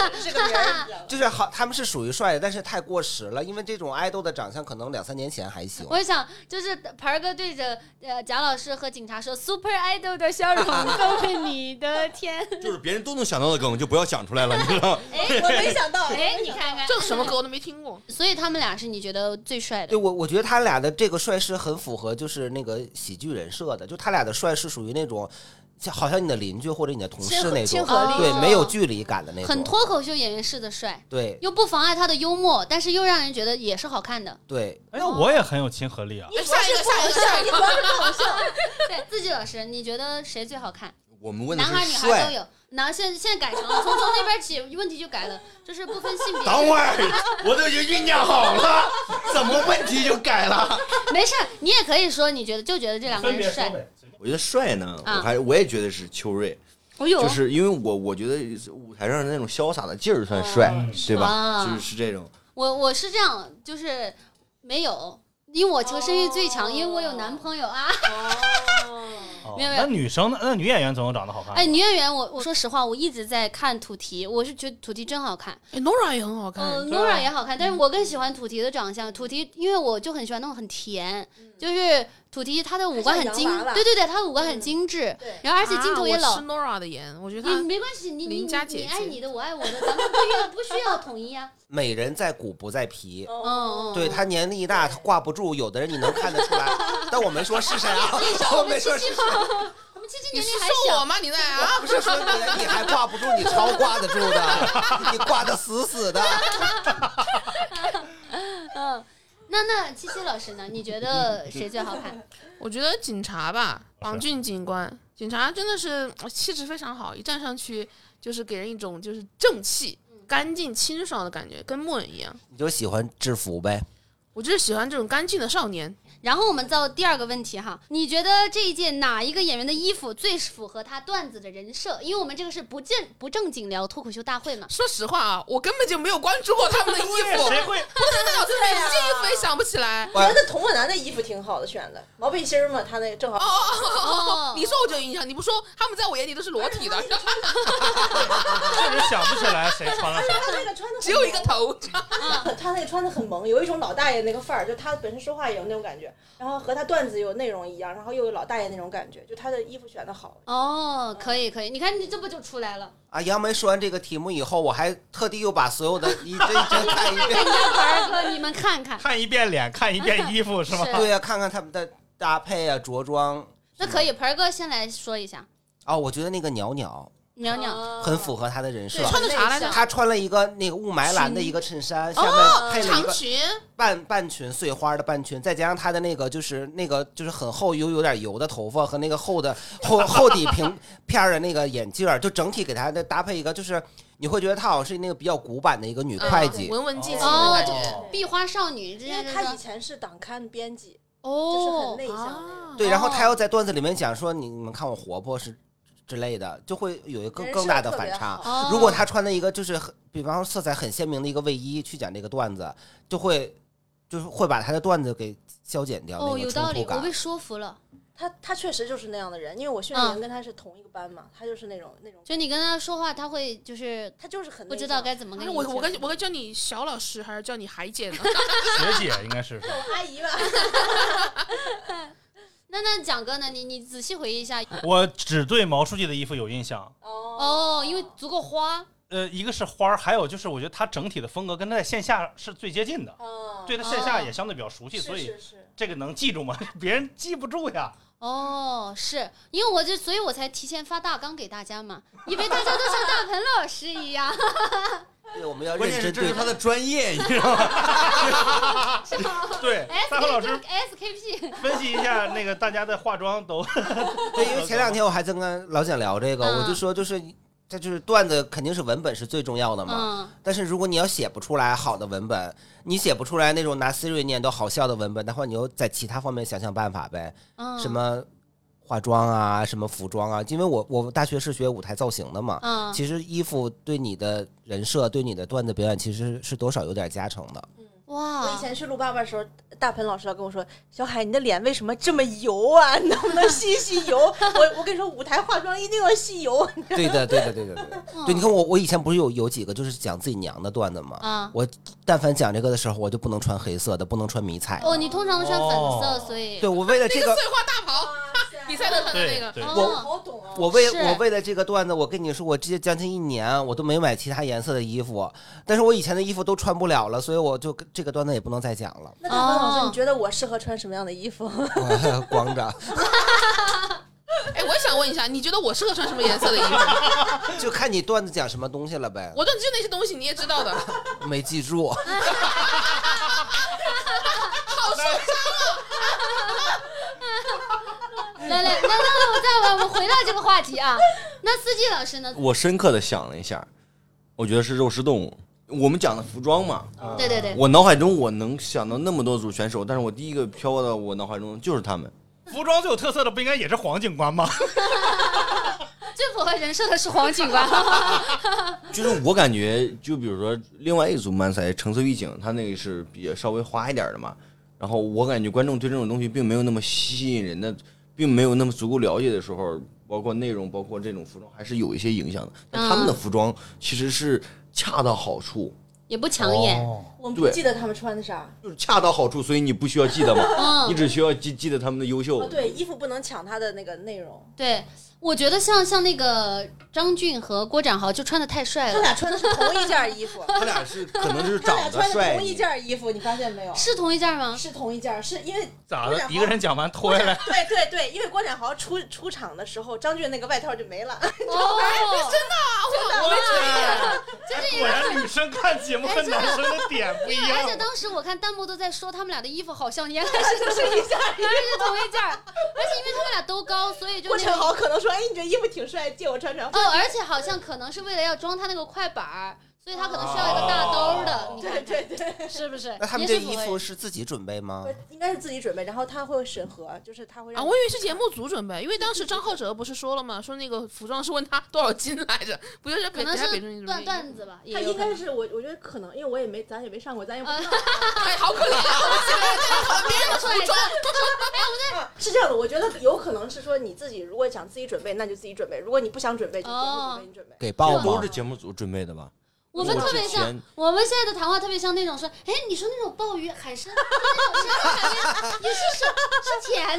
[SPEAKER 5] 说出这个名儿
[SPEAKER 6] 就是好，他们是属于帅的，但是太过时了，因为这种 idol 的长相可能两三年前还行。
[SPEAKER 2] 我想，就是盆儿哥对着呃贾老师和警察说：“Super Idol 的笑 容更是你的天。
[SPEAKER 7] 就是别人都能想到的梗，就不要想出来了，你知道吗？”
[SPEAKER 5] 我没想到，
[SPEAKER 2] 哎，你看看，
[SPEAKER 4] 这什么歌我都没听过。
[SPEAKER 2] 所以他们俩是你觉得最帅的，
[SPEAKER 6] 对我，我觉得他俩的这个帅是很符合就是那个喜剧人设的，就他俩的帅是属于那种，像好像你的邻居或者你的同
[SPEAKER 5] 亲
[SPEAKER 6] 事
[SPEAKER 5] 和
[SPEAKER 6] 那
[SPEAKER 5] 亲
[SPEAKER 6] 种，
[SPEAKER 5] 和力
[SPEAKER 6] 对，没有距离感的那种，
[SPEAKER 2] 很脱口秀演员式的帅，
[SPEAKER 6] 对
[SPEAKER 2] 又不妨碍他的幽默，但是又让人觉得也是好看 的。
[SPEAKER 6] 对，
[SPEAKER 3] 哎，那我也很有亲和力啊。
[SPEAKER 4] 哎下一个，下一个，下一个。
[SPEAKER 2] 对自己老师，你觉得谁最好看？
[SPEAKER 7] 我们问的
[SPEAKER 2] 男孩
[SPEAKER 7] 是
[SPEAKER 2] 女孩都
[SPEAKER 7] 帅。
[SPEAKER 2] 有。男现现在改成了，从从那边起问题就改了，就是不分性别。
[SPEAKER 7] 等会儿，我都已经酝酿好了，怎么问题就改了？
[SPEAKER 2] 没事儿，你也可以说你觉得就觉得这两个人帅。
[SPEAKER 7] 我觉得帅呢，
[SPEAKER 2] 啊哦
[SPEAKER 7] 我还我也觉得是秋瑞，
[SPEAKER 2] 我有
[SPEAKER 7] 就是因为我我觉得舞台上那种潇洒的劲儿算帅，对吧？
[SPEAKER 2] 啊
[SPEAKER 7] 就是是这种。
[SPEAKER 2] 我我是这样，就是没有，因为我求生欲最强，因为我有男朋友啊。
[SPEAKER 3] 哦
[SPEAKER 2] 没有没有
[SPEAKER 3] 那女生呢？那女演员总有长得
[SPEAKER 4] 啊
[SPEAKER 3] 好看的。
[SPEAKER 2] 哎，女演员，我我说实话，我一直在看土提，我是觉得土提真好看，
[SPEAKER 4] 哎，Nora 也很好看。
[SPEAKER 2] 嗯、n o r a 也好看，但是我更喜欢土提的长相。土提，因为我就很喜欢那种很甜，就是土提她的五官很精
[SPEAKER 5] 像洋娃，娃
[SPEAKER 2] 对对对，她的五官很精致，
[SPEAKER 5] 对
[SPEAKER 2] 然后而且镜头也
[SPEAKER 4] 啊我
[SPEAKER 2] 老
[SPEAKER 4] 吃。Nora 的盐，我觉得
[SPEAKER 2] 你
[SPEAKER 4] 她
[SPEAKER 2] 没关系，你你
[SPEAKER 4] 邻家姐
[SPEAKER 2] 你爱
[SPEAKER 4] 姐
[SPEAKER 2] 你的，我爱我的，咱们不要不需要统一啊。
[SPEAKER 6] 美人在骨不在皮。
[SPEAKER 2] 嗯嗯，嗯
[SPEAKER 6] 对他年龄一大，他挂不住。有的人你能看得出来，但我没说是谁啊，我没说是谁，
[SPEAKER 2] 我们七七
[SPEAKER 4] 你
[SPEAKER 2] 年
[SPEAKER 4] 是
[SPEAKER 2] 龄还
[SPEAKER 4] 说
[SPEAKER 2] 小
[SPEAKER 4] 我，吗？你在啊？
[SPEAKER 6] 我不是说你，你还挂不住，你超挂得住的，你挂得死死的。
[SPEAKER 2] 嗯，那那七七老师呢？你觉
[SPEAKER 4] 嗯
[SPEAKER 2] 得谁最好看？
[SPEAKER 4] 我觉得警察吧，王俊警官，警察真的是呃气质非常好，一站上去就是给人一种就是正气、干净、清爽的感觉，跟木人一样。
[SPEAKER 6] 你就喜欢制服呗？
[SPEAKER 4] 我就是喜欢这种干净的少年。
[SPEAKER 2] 然后我们到第二个问题哈，你觉得这一届哪一个演员的衣服最符合他段子的人设？因为我们这个是不正不正经聊脱口秀大会嘛。
[SPEAKER 4] 说实话啊，我根本就没有关注过他们的衣服，
[SPEAKER 3] 谁会？
[SPEAKER 4] 我自己一件衣服也想不起来。
[SPEAKER 5] 我觉得童梦楠的衣服挺好的，选的毛背心儿嘛，他那个正好。
[SPEAKER 2] 哦
[SPEAKER 4] 你说我就有印象，你不说他们在我眼里都是裸体的，
[SPEAKER 3] 确实想不起来谁穿了啥。
[SPEAKER 5] 他那个穿 的
[SPEAKER 4] 只有一个头。
[SPEAKER 5] 他那个穿的很萌，有一种老大爷那个范儿，就他本身说话也有那种感觉，然后和他段子有内容一样，然后又有老大爷那种感觉，就他的衣服选的好。
[SPEAKER 2] 哦，可以可以，你看你这不就出来了？
[SPEAKER 6] 啊，杨梅说完这个题目以后，我还特地又把所有的一针一针看一遍。
[SPEAKER 2] 凡儿哥，你们看看，
[SPEAKER 3] 看一遍脸，看一遍衣服，是吗？
[SPEAKER 2] 是
[SPEAKER 6] 对呀、看看他们的搭配啊、着装
[SPEAKER 2] 那可以，盆儿哥先来说一下，呃
[SPEAKER 6] 啊、我觉得那个袅袅
[SPEAKER 2] 淼淼，
[SPEAKER 6] 很符合她的人设
[SPEAKER 5] 对。
[SPEAKER 4] 穿的啥来着？
[SPEAKER 6] 她穿了一个那个雾霾蓝的一个衬衫，下面配了一
[SPEAKER 4] 哦长
[SPEAKER 6] 个
[SPEAKER 4] 裙，
[SPEAKER 6] 半半裙碎花的半裙，再加上她的那个就是那个就是很厚又有点油的头发和那个厚的厚厚底平片儿的那个眼镜儿，就整体给她的搭配一个，就是你会觉得她好像是那个比较古板的一个女
[SPEAKER 4] 嗯
[SPEAKER 6] 会计。
[SPEAKER 4] 文文静静的
[SPEAKER 2] 哦
[SPEAKER 4] 感觉。，
[SPEAKER 2] 壁花少女，之
[SPEAKER 5] 因为
[SPEAKER 2] 前
[SPEAKER 5] 他以前是党刊编辑，就是很
[SPEAKER 2] 哦，
[SPEAKER 5] 内向的。
[SPEAKER 4] 啊，
[SPEAKER 6] 对，然后她又在段子里面讲说你你们看我活泼是之类的，就会有一个更
[SPEAKER 5] 人设
[SPEAKER 6] 更大的
[SPEAKER 5] 特
[SPEAKER 6] 反
[SPEAKER 5] 别
[SPEAKER 6] 差
[SPEAKER 5] 好。
[SPEAKER 2] 哦
[SPEAKER 6] 如果他穿的一个就是很，比方说色彩很鲜明的一个卫衣去讲这个段子，就会就是会把他的段子给消减掉
[SPEAKER 2] 哦
[SPEAKER 6] 那
[SPEAKER 2] 有
[SPEAKER 6] 个
[SPEAKER 2] 道理
[SPEAKER 6] 冲突，
[SPEAKER 2] 我被
[SPEAKER 6] 感。
[SPEAKER 2] 说服了。
[SPEAKER 5] 他他确实就是那样的人，因为我训练营跟他是同一个班嘛，他就是那种那种，
[SPEAKER 2] 嗯就你跟他说话，他会就是
[SPEAKER 5] 他就是很内
[SPEAKER 2] 不知道
[SPEAKER 5] 向
[SPEAKER 2] 该怎么跟你
[SPEAKER 4] 哎我我
[SPEAKER 2] 讲
[SPEAKER 4] 该我该叫你小老师还是叫你海姐 呢？
[SPEAKER 3] 学姐应该是说。
[SPEAKER 5] 阿姨吧，
[SPEAKER 2] 那那蒋哥呢？你你仔细回忆一下
[SPEAKER 3] 我只对毛书记的衣服有印象。
[SPEAKER 2] 哦，因为足够花，
[SPEAKER 3] 呃，一个是花儿，还有就是我觉得他整体的风格跟他在线下是最接近的，
[SPEAKER 5] 哦
[SPEAKER 3] 对他线下也相对比较熟悉，所以
[SPEAKER 5] 是是
[SPEAKER 3] 这个能记住吗？ 别人记不住呀。
[SPEAKER 2] 哦，是因为我这，所以我才提前发大纲给大家嘛，以为大家都像大鹏老师一 样，
[SPEAKER 6] 对，我们要
[SPEAKER 7] 关键
[SPEAKER 6] 认
[SPEAKER 7] 是
[SPEAKER 6] 真
[SPEAKER 7] 这是
[SPEAKER 6] 对
[SPEAKER 7] 他的专业，你知道吗？
[SPEAKER 2] 是吗
[SPEAKER 3] 对，
[SPEAKER 2] 哎
[SPEAKER 3] 大鹏老师
[SPEAKER 2] SKP
[SPEAKER 3] 分析一下那个大家的化妆都
[SPEAKER 6] 对，因为前两天我还在跟老蒋聊这个，
[SPEAKER 2] 嗯
[SPEAKER 6] 我就说就是。这就是段子，肯定是文本是最重要的嘛。
[SPEAKER 2] 嗯，
[SPEAKER 6] 但是如果你要写不出来好的文本，你写不出来那种拿 Siri 念都好笑的文本，那会儿你又在其他方面想想办法呗。
[SPEAKER 2] 嗯
[SPEAKER 6] 什么化妆啊，什么服装啊，因为我我大学是学舞台造型的嘛，
[SPEAKER 2] 嗯，
[SPEAKER 6] 其实衣服对你的人设、对你的段子表演，其实是多少有点加成的。
[SPEAKER 5] 我以
[SPEAKER 2] 哇，
[SPEAKER 5] 前去录爸爸的时候，大鹏老师老跟我说：“小海，你的脸为什么这么油啊？ 你能不能吸吸油？”我我跟你说，舞台化妆一定要吸油。
[SPEAKER 6] 对的，对的，对的，对的。对，你看我我以前不是有有几个就是讲自己娘的段子嘛，
[SPEAKER 2] 啊，
[SPEAKER 6] 我但凡讲这个的时候，我就不能穿黑色的，不能穿迷彩。
[SPEAKER 2] 哦，你通常都穿粉
[SPEAKER 6] 哦
[SPEAKER 2] 色，所以
[SPEAKER 6] 对我为了这个，
[SPEAKER 4] 碎花大袍，比赛都穿的那
[SPEAKER 3] 对
[SPEAKER 4] 个，
[SPEAKER 3] 对，
[SPEAKER 2] 哦
[SPEAKER 5] 好懂啊，
[SPEAKER 6] 我为
[SPEAKER 2] 是
[SPEAKER 6] 我为了这个段子，我跟你说，我这将近一年我都没买其他颜色的衣服，但是我以前的衣服都穿不了了，所以我就这个段子也不能再讲了
[SPEAKER 5] 那大鹏老
[SPEAKER 2] 哦
[SPEAKER 5] 师，你觉得我适合穿什么样的衣服？
[SPEAKER 6] 我光着
[SPEAKER 4] 哎，我也想问一下，你觉得我适合穿什么颜色的衣 服？
[SPEAKER 6] 就看你段子讲什么东西了呗，
[SPEAKER 4] 我段子就那些东西，你也知道的。
[SPEAKER 6] 没记住。
[SPEAKER 2] 来来，那那我再我我回到这个话题啊。那司机老师呢？
[SPEAKER 7] 我深刻的想了一下，我觉得是肉食动物。我们讲的服装嘛，
[SPEAKER 6] 嗯
[SPEAKER 2] 对对对，
[SPEAKER 7] 我脑海中我能想到那么多组选手，但是我第一个飘到我脑海中就是他们。
[SPEAKER 3] 服装最有特色的不应该也是黄警官吗？
[SPEAKER 2] 最符合人设的是黄警 官，
[SPEAKER 7] 就是我感觉，就比如说另外一组漫才《橙色预警》，它那个是比稍微花一点的嘛。然后我感觉观众对这种东西并没有那么吸引人的，并没有那么足够了解的时候，包括内容，包括这种服装，还是有一些影响的。
[SPEAKER 2] 嗯
[SPEAKER 7] 但他们的服装其实是恰到好处，
[SPEAKER 2] 也不抢眼。
[SPEAKER 6] 哦
[SPEAKER 5] 我不
[SPEAKER 7] 对
[SPEAKER 5] 记得他们穿的啥。
[SPEAKER 7] 就是恰到好处，所以你不需要记得嘛，你
[SPEAKER 2] 嗯，
[SPEAKER 7] 只需要记记得他们的优秀。
[SPEAKER 5] 哦，对，衣服不能抢他的那个内容。
[SPEAKER 2] 对，我觉得像像那个张俊和郭展豪就穿的太帅
[SPEAKER 5] 他
[SPEAKER 2] 了，
[SPEAKER 5] 俩穿的是同一件衣服，
[SPEAKER 7] 他俩是可能就是
[SPEAKER 5] 他俩
[SPEAKER 7] 长得
[SPEAKER 5] 穿的
[SPEAKER 7] 帅
[SPEAKER 5] 同，一件衣服，你发现没有？
[SPEAKER 2] 是同一件吗？
[SPEAKER 5] 是同一件，是因为
[SPEAKER 3] 咋
[SPEAKER 5] 郭
[SPEAKER 3] 的？
[SPEAKER 5] 展豪
[SPEAKER 3] 一个人讲完脱下来，
[SPEAKER 5] 对对对，因为郭展豪出出场的时候，张俊那个外套就没了。
[SPEAKER 2] 哦，
[SPEAKER 3] 我哎去！果然女生看节目和男生的点不一
[SPEAKER 2] 而且
[SPEAKER 3] 样。
[SPEAKER 2] 当时我看弹幕都在说他们俩的衣服好像，原来 是是一件，原来是同一件儿，而且因为他们俩都高，所以就
[SPEAKER 5] 郭
[SPEAKER 2] 那
[SPEAKER 5] 展
[SPEAKER 2] 种
[SPEAKER 5] 豪可能说：“哎，你这衣服挺帅，借我穿穿。
[SPEAKER 2] 哦，而且好像可能是为了要装他那个快板儿，所以他可能需要一个大兜儿的，”你
[SPEAKER 5] 对
[SPEAKER 2] 看
[SPEAKER 5] 哦对对，
[SPEAKER 2] 是不是？
[SPEAKER 6] 那他们这
[SPEAKER 2] 也许
[SPEAKER 6] 衣
[SPEAKER 2] 不会
[SPEAKER 6] 服是自己准备吗？
[SPEAKER 5] 应该是自己准备，然后他会审核，就是他会
[SPEAKER 4] 啊，
[SPEAKER 5] 让
[SPEAKER 4] 我以为是节目组准备，因为当时张浩哲不是说了吗？说那个服装是问他多少斤来着，不就是
[SPEAKER 2] 可
[SPEAKER 4] 给
[SPEAKER 2] 能
[SPEAKER 4] 给他北京
[SPEAKER 2] 是
[SPEAKER 4] 准备
[SPEAKER 2] 段
[SPEAKER 4] 衣服
[SPEAKER 2] 段子吧，也
[SPEAKER 5] 他
[SPEAKER 2] 有
[SPEAKER 5] 应
[SPEAKER 2] 可能
[SPEAKER 5] 该是我，我觉得可能，因为我也没，咱也没上过，咱也不知道。
[SPEAKER 4] 哎，好可怜啊！别人的服
[SPEAKER 2] 帅哥
[SPEAKER 4] 装，
[SPEAKER 2] 哎嗯
[SPEAKER 5] 啊 是这样的，我觉得有可能是说你自己如果想自己准备，那就自己准备；如果你不想准备，就节目
[SPEAKER 2] 哦
[SPEAKER 5] 准备你准备。
[SPEAKER 6] 给报
[SPEAKER 7] 都
[SPEAKER 6] 吗
[SPEAKER 7] 是？节目组准备的吧？
[SPEAKER 2] 我们特别
[SPEAKER 7] 我之
[SPEAKER 2] 像
[SPEAKER 7] 前，
[SPEAKER 2] 我们现在的谈话特别像那种说，哎，你说那种鲍鱼、海参，那种是海 参，你是什是甜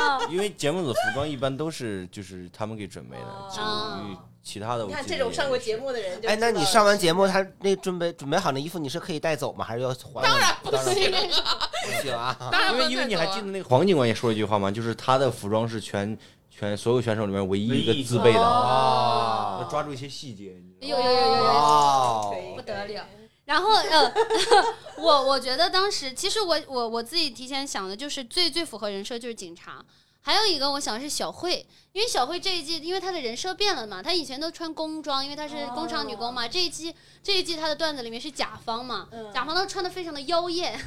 [SPEAKER 2] 的
[SPEAKER 7] 因为节目组服装一般都是就是他们给准备的，
[SPEAKER 5] 哦
[SPEAKER 7] 至
[SPEAKER 2] 嗯
[SPEAKER 7] 于其他的，
[SPEAKER 5] 你看这种上过节目的人就知道
[SPEAKER 6] 哎，
[SPEAKER 5] 了，
[SPEAKER 6] 那你上完节目，他那准备准备好那衣服，你是可以带走吗？还是要还？当然不行，不行啊！
[SPEAKER 4] 当然不
[SPEAKER 7] 因为
[SPEAKER 4] 能
[SPEAKER 7] 因为你
[SPEAKER 4] 带
[SPEAKER 7] 还
[SPEAKER 4] 走啊
[SPEAKER 7] 记得那个黄警官也说了一句话吗？就是他的服装是全全所有选手里面唯一一个自备的，
[SPEAKER 2] 哦
[SPEAKER 6] 啊
[SPEAKER 7] 要抓住一些细节。你知道吗
[SPEAKER 2] 有有有有有有。
[SPEAKER 6] 哦
[SPEAKER 5] 可，以
[SPEAKER 2] 不得了。然后呃， 我我觉得当时其实我我我自己提前想的就是最最符合人设就是警察，还有一个我想的是小慧，因为小慧这一季因为她的人设变了嘛，她以前都穿工装，因为她是工厂女工嘛，这一季这一季她的段子里面是甲方嘛，
[SPEAKER 5] 嗯
[SPEAKER 2] 甲方都穿的非常的妖艳，